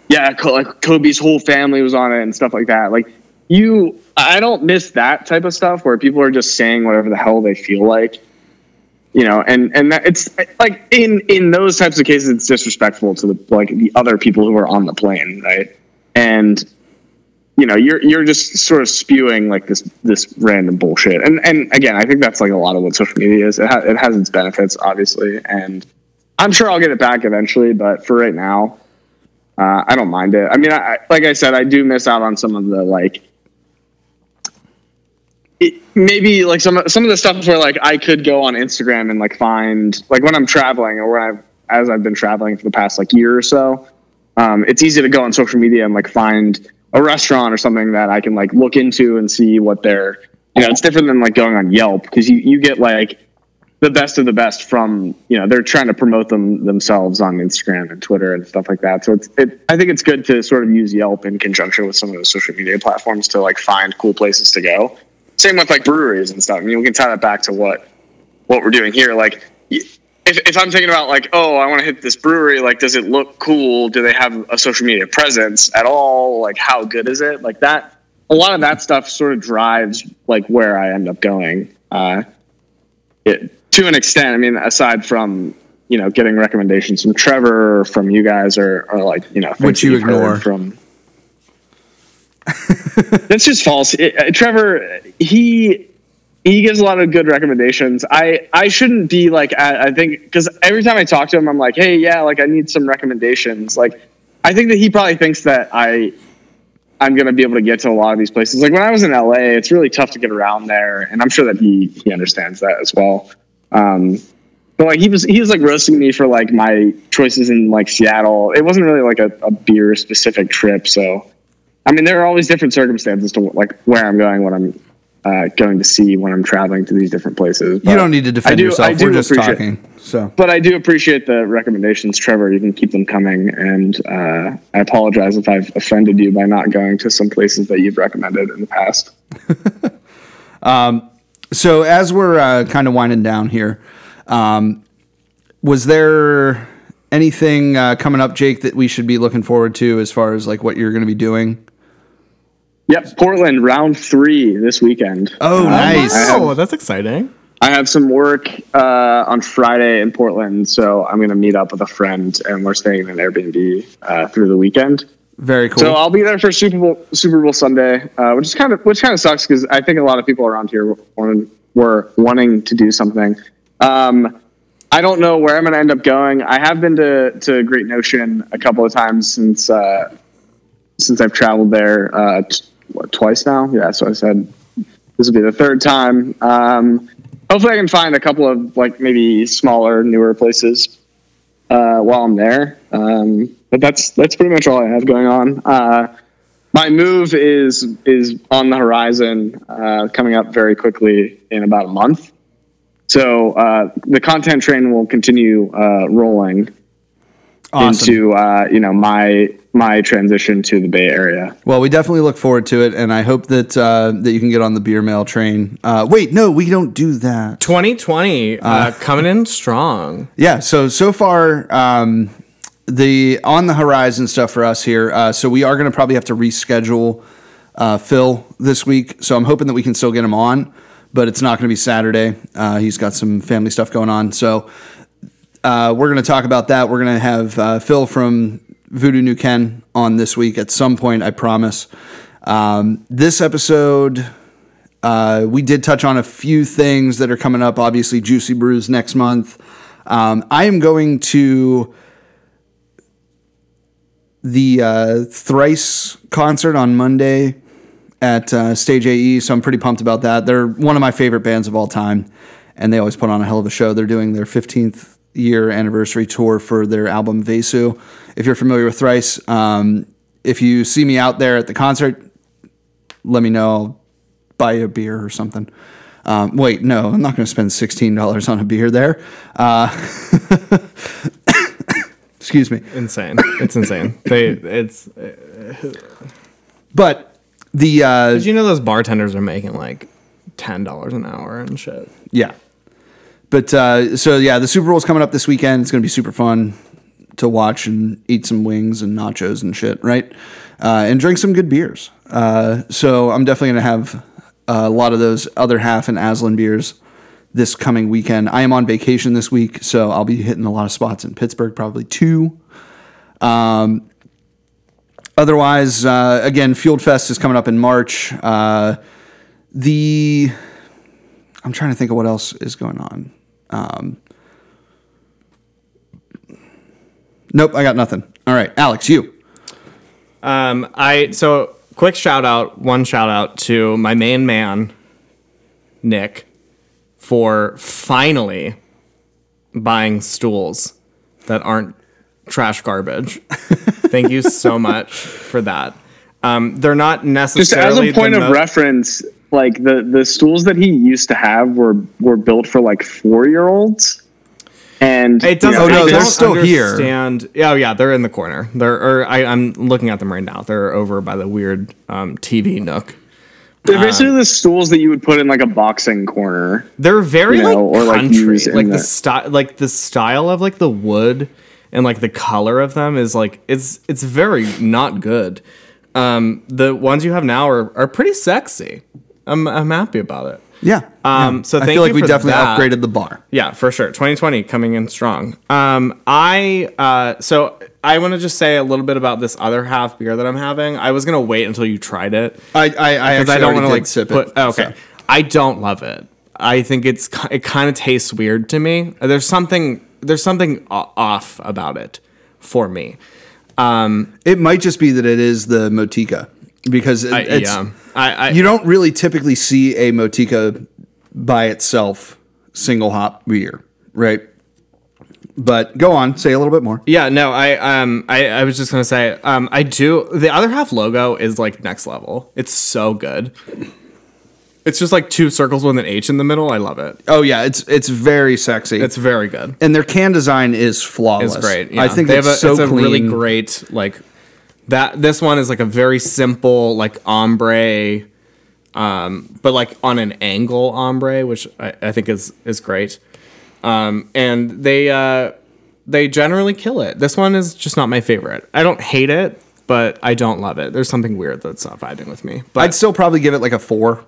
[SPEAKER 3] yeah Co- like kobe's whole family was on it and stuff like that like you i don't miss that type of stuff where people are just saying whatever the hell they feel like you know and and that it's like in in those types of cases it's disrespectful to the like the other people who are on the plane right and you know you're you're just sort of spewing like this this random bullshit and and again i think that's like a lot of what social media is it, ha- it has its benefits obviously and i'm sure i'll get it back eventually but for right now uh, i don't mind it i mean I, I- like i said i do miss out on some of the like it, maybe like some some of the stuff where like I could go on Instagram and like find like when I'm traveling or when I've as I've been traveling for the past like year or so, um, it's easy to go on social media and like find a restaurant or something that I can like look into and see what they're you know it's different than like going on Yelp because you you get like the best of the best from you know they're trying to promote them themselves on Instagram and Twitter and stuff like that. So it's it, I think it's good to sort of use Yelp in conjunction with some of those social media platforms to like find cool places to go. Same with like breweries and stuff. I mean, we can tie that back to what what we're doing here. Like y- if, if I'm thinking about like, oh, I want to hit this brewery, like, does it look cool? Do they have a social media presence at all? Like, how good is it? Like that. A lot of that stuff sort of drives like where I end up going. Uh, it, to an extent. I mean, aside from you know getting recommendations from Trevor, or from you guys, or, or like you know, things
[SPEAKER 2] Which
[SPEAKER 3] that
[SPEAKER 2] you
[SPEAKER 3] you've heard
[SPEAKER 2] ignore.
[SPEAKER 3] from. That's just false. It- uh, Trevor, he he gives a lot of good recommendations. I I shouldn't be like I, I think because every time I talk to him, I'm like, hey, yeah, like I need some recommendations. Like I think that he probably thinks that I I'm gonna be able to get to a lot of these places. Like when I was in LA, it's really tough to get around there, and I'm sure that he he understands that as well. Um, but like he was he was like roasting me for like my choices in like Seattle. It wasn't really like a, a beer specific trip, so I mean there are always different circumstances to like where I'm going, what I'm uh, going to see when I'm traveling to these different places. But
[SPEAKER 2] You don't need to defend
[SPEAKER 3] Uh, I do-
[SPEAKER 2] yourself.
[SPEAKER 3] I do
[SPEAKER 2] We're just
[SPEAKER 3] appreciate-
[SPEAKER 2] talking. So
[SPEAKER 3] But I do appreciate the recommendations, Trevor. You can keep them coming, and uh, I apologize if I've offended you by not going to some places that you've recommended in the past.
[SPEAKER 2] so as we're uh, kind of winding down here, um, was there anything uh, coming up, Jake, that we should be looking forward to as far as like what you're going to be doing?
[SPEAKER 3] Yep, Portland round three this weekend.
[SPEAKER 2] Oh, nice.
[SPEAKER 1] Oh, that's exciting.
[SPEAKER 3] I have some work uh, on Friday in Portland, so I'm going to meet up with a friend, and we're staying in an Airbnb uh, through the weekend.
[SPEAKER 2] Very cool.
[SPEAKER 3] So uh, I'll be there for Super Bowl Super Bowl Sunday, uh, which is kind of which kind of sucks because I think a lot of people around here were, were wanting to do something. Um, I don't know where I'm going to end up going. I have been to to Great Notion a couple of times since uh, since I've traveled there uh, t- what, twice now. Yeah, so I said this will be the third time. Um, hopefully, I can find a couple of like maybe smaller, newer places uh, while I'm there. Um, but that's that's pretty much all I have going on. Uh, my move is is on the horizon, uh, coming up very quickly in about a month. So uh, the content train will continue uh, rolling into uh, you know my my transition to the Bay Area.
[SPEAKER 2] Well, we definitely look forward to it, and I hope that uh, that you can get on the beer mail train. Uh, wait, no, we don't do that.
[SPEAKER 1] 2020 uh, coming in strong.
[SPEAKER 2] Yeah. So so far, um, the on the horizon stuff for us here. Uh, so we are going to probably have to reschedule uh, Phil this week. So I'm hoping that we can still get him on, but it's not going to be Saturday. Uh, he's got some family stuff going on. So uh, we're going to talk about that. We're going to have uh, Phil from Voodoo New Ken on this week at some point. I promise. Um, this episode. Uh, we did touch on a few things that are coming up. Obviously, Juicy Brews next month. Um, I am going to the uh, Thrice concert on Monday at uh, Stage AE, so I'm pretty pumped about that. They're one of my favorite bands of all time, and they always put on a hell of a show. They're doing their 15th year anniversary tour for their album Vesu. If you're familiar with Thrice, um, if you see me out there at the concert, let me know. I'll buy you a beer or something. Um, wait, no, I'm not going to spend $16 on a beer there. Uh, excuse me.
[SPEAKER 1] Insane. It's insane. They. It's.
[SPEAKER 2] But the uh,
[SPEAKER 1] Did you know those bartenders are making like ten dollars an hour and shit?
[SPEAKER 2] yeah, but uh, so yeah, the Super Bowl's coming up this weekend. It's going to be super fun to watch and eat some wings and nachos and shit, right? Uh, and drink some good beers. Uh, so I'm definitely going to have a lot of those other half and Aslan beers this coming weekend. I am on vacation this week, so I'll be hitting a lot of spots in Pittsburgh, probably two. otherwise, uh, again, Fueled Fest is coming up in March. Uh, the I'm trying to think of what else is going on. Um, nope, I got nothing. All right, Alex, you.
[SPEAKER 1] Um, I so quick shout out, one shout out to my main man, Nick, for finally buying stools that aren't trash garbage. Thank you so much for that. Um, they're not
[SPEAKER 3] Just as
[SPEAKER 1] necessarily
[SPEAKER 3] a point
[SPEAKER 1] the
[SPEAKER 3] of
[SPEAKER 1] mo-
[SPEAKER 3] reference, like the the stools that he used to have were were built for like four year olds, and
[SPEAKER 1] It doesn't.
[SPEAKER 2] Oh, no,
[SPEAKER 1] I
[SPEAKER 2] they're
[SPEAKER 1] don't
[SPEAKER 2] still here.
[SPEAKER 1] understand. here. Oh yeah, they're in the corner. They're. Or I, I'm looking at them right now. They're over by the weird um, TV nook.
[SPEAKER 3] They're basically the stools that you would put in like a boxing corner.
[SPEAKER 1] They're very
[SPEAKER 3] You know,
[SPEAKER 1] like
[SPEAKER 3] or, like,
[SPEAKER 1] country.
[SPEAKER 3] used
[SPEAKER 1] Like,
[SPEAKER 3] in
[SPEAKER 1] the
[SPEAKER 3] the-
[SPEAKER 1] style, like the style of like the wood and like the color of them is like it's it's very not good. Um, the ones you have now are are pretty sexy. I'm I'm happy about it.
[SPEAKER 2] Yeah.
[SPEAKER 1] Um,
[SPEAKER 2] Yeah.
[SPEAKER 1] so
[SPEAKER 2] I
[SPEAKER 1] thank
[SPEAKER 2] feel like
[SPEAKER 1] you
[SPEAKER 2] we
[SPEAKER 1] for
[SPEAKER 2] definitely
[SPEAKER 1] that.
[SPEAKER 2] upgraded the bar.
[SPEAKER 1] Yeah, for sure. 2020 coming in strong. Um, I uh, so I want to just say a little bit about this other half beer that I'm having. I was gonna wait until you tried it
[SPEAKER 2] I I, I,
[SPEAKER 1] because
[SPEAKER 2] actually
[SPEAKER 1] I don't want to
[SPEAKER 2] already did
[SPEAKER 1] like
[SPEAKER 2] sip
[SPEAKER 1] put,
[SPEAKER 2] it.
[SPEAKER 1] oh, okay,
[SPEAKER 2] so.
[SPEAKER 1] I don't love it. I think it's ki- it kind of tastes weird to me. There's something there's something o- off about it for me.
[SPEAKER 2] It might just be that it is the Motica because it,
[SPEAKER 1] I,
[SPEAKER 2] it's
[SPEAKER 1] yeah, I, I
[SPEAKER 2] you don't really typically see a Motica by itself single hop beer, right? But go on, say a little bit more.
[SPEAKER 1] Yeah, no, I um I, I was just gonna say, um I do the other half logo is like next level. It's so good. It's just like two circles with an H in the middle. I love it.
[SPEAKER 2] Oh yeah, it's it's very sexy.
[SPEAKER 1] It's very good.
[SPEAKER 2] and their can design is flawless.
[SPEAKER 1] It's great.
[SPEAKER 2] I
[SPEAKER 1] yeah.
[SPEAKER 2] think
[SPEAKER 1] they
[SPEAKER 2] it's
[SPEAKER 1] have a,
[SPEAKER 2] so
[SPEAKER 1] it's a
[SPEAKER 2] clean.
[SPEAKER 1] really great like that this one is like a very simple like ombre um but like on an angle ombre, which I, I think is is great. Um and they uh they generally kill it. This one is just not my favorite. I don't hate it, but I don't love it. There's something weird that's not vibing with me. But
[SPEAKER 2] I'd still probably give it like a four.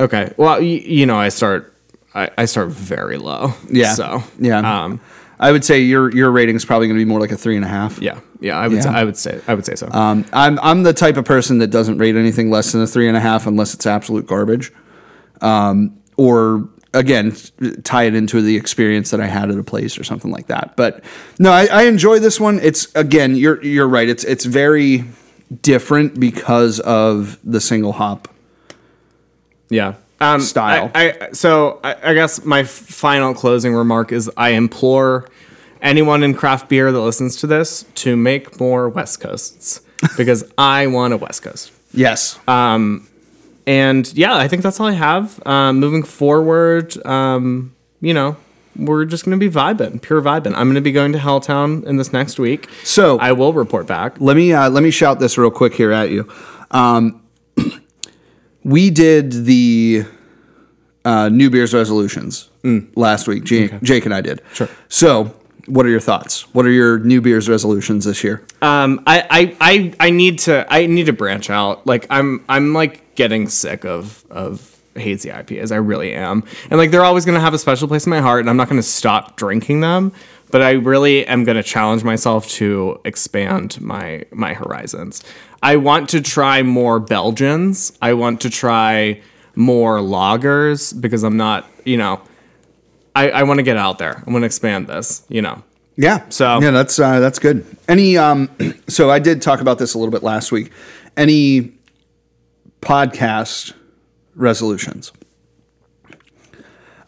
[SPEAKER 1] okay, well, y- you know, I start I, I start very low.
[SPEAKER 2] Yeah.
[SPEAKER 1] So
[SPEAKER 2] Yeah.
[SPEAKER 1] um,
[SPEAKER 2] I would say your your rating's probably going to be more like a three and a half.
[SPEAKER 1] yeah, yeah. I would
[SPEAKER 2] Yeah.
[SPEAKER 1] Say, I would say I would say so.
[SPEAKER 2] Um, I'm I'm the type of person that doesn't rate anything less than a three and a half unless it's absolute garbage, um, or again tie it into the experience that I had at a place or something like that. But no, I, I enjoy this one. It's again, you're you're right. It's it's very different because of the single hop.
[SPEAKER 1] yeah um,
[SPEAKER 2] Style.
[SPEAKER 1] I, I so I, I guess my f- final closing remark is I implore anyone in craft beer that listens to this to make more West Coasts because I want a West Coast.
[SPEAKER 2] Yes,
[SPEAKER 1] Uh, And yeah, I think that's all I have. Um, moving forward, um, you know, we're just gonna be vibing, pure vibing. I'm gonna be going to Helltown in this next week.
[SPEAKER 2] So-
[SPEAKER 1] I will report back.
[SPEAKER 2] let me uh, let me shout this real quick here at you. Um, we did the uh, New Beer's resolutions last week. Jake, Jake and I did. Sure. So, what are your thoughts? What are your New Beer's resolutions this year?
[SPEAKER 1] Um, I, I, I, I need to I need to branch out. Like I'm I'm like getting sick of of hazy IPAs. I really am. And like they're always gonna have a special place in my heart, and I'm not gonna stop drinking them. But I really am gonna challenge myself to expand my my horizons. I want to try more Belgians. I want to try more lagers because I'm not you know. I, I want to get out there. I want to expand this. You know.
[SPEAKER 2] Yeah.
[SPEAKER 1] So-
[SPEAKER 2] yeah, that's uh, that's good. Any um, so I did talk about this a little bit last week. Any podcast resolutions?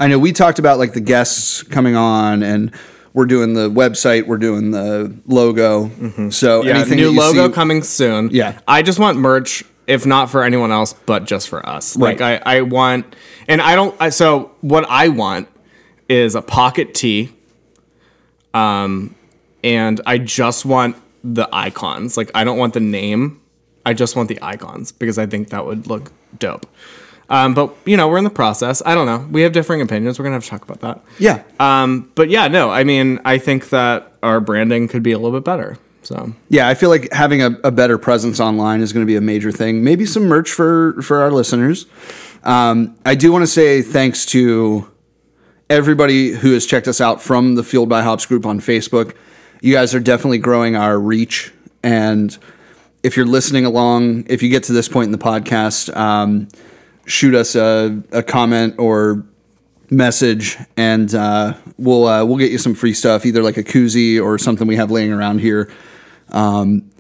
[SPEAKER 2] I know we talked about like the guests coming on, and we're doing the website, we're doing the logo. So
[SPEAKER 1] Mm-hmm. Yeah,
[SPEAKER 2] anything
[SPEAKER 1] new
[SPEAKER 2] that you
[SPEAKER 1] logo
[SPEAKER 2] see-
[SPEAKER 1] coming soon.
[SPEAKER 2] Yeah.
[SPEAKER 1] I just want merch, if not for anyone else, but just for us.
[SPEAKER 2] Right.
[SPEAKER 1] Like I, I want, and I don't. I, so what I want is a pocket tee. Um, and I just want the icons. Like I don't want the name. I just want the icons because I think that would look dope. Um, but you know, we're in the process. I don't know. We have differing opinions. We're gonna have to talk about that.
[SPEAKER 2] Yeah,
[SPEAKER 1] Um, but yeah, no. I mean, I think that our branding could be a little bit better. So
[SPEAKER 2] yeah. I feel like having a, a better presence online is going to be a major thing. Maybe some merch for for our listeners. Um, I do want to say thanks to everybody who has checked us out from the Fueled by Hops group on Facebook. You guys are definitely growing our reach. And if you're listening along, if you get to this point in the podcast, um, shoot us a, a comment or message, and uh, we'll uh, we'll get you some free stuff, either like a koozie or something we have laying around here. Um,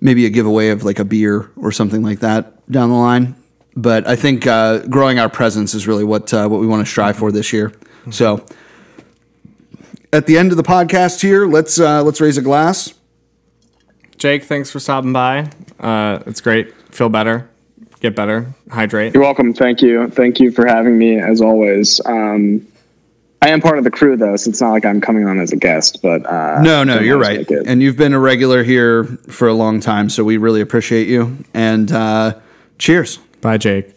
[SPEAKER 2] maybe a giveaway of like a beer or something like that down the line. But I think uh, growing our presence is really what uh, what we want to strive for this year. So at the end of the podcast here, let's uh, let's raise a glass.
[SPEAKER 1] Jake, thanks for stopping by. Uh, it's great. Feel better. Get better. Hydrate.
[SPEAKER 3] You're welcome. Thank you. Thank you for having me as always. Um, I am part of the crew though, so it's not like I'm coming on as a guest. But uh,
[SPEAKER 2] No, no,
[SPEAKER 3] I
[SPEAKER 2] you're
[SPEAKER 3] always
[SPEAKER 2] right.
[SPEAKER 3] make it.
[SPEAKER 2] And you've been a regular here for a long time, so we really appreciate you. And uh, cheers.
[SPEAKER 1] Bye, Jake.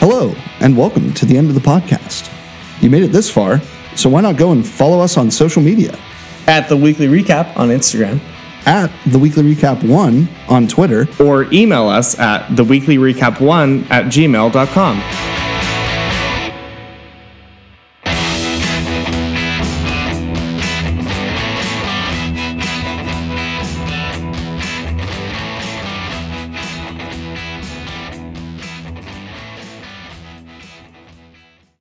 [SPEAKER 2] Hello, and welcome to the end of the podcast. You made it this far, so why not go and follow us on social media
[SPEAKER 1] At the weekly recap on Instagram.
[SPEAKER 2] at The Weekly Recap 1 on Twitter
[SPEAKER 1] Or email us at the weekly recap one at gmail.com.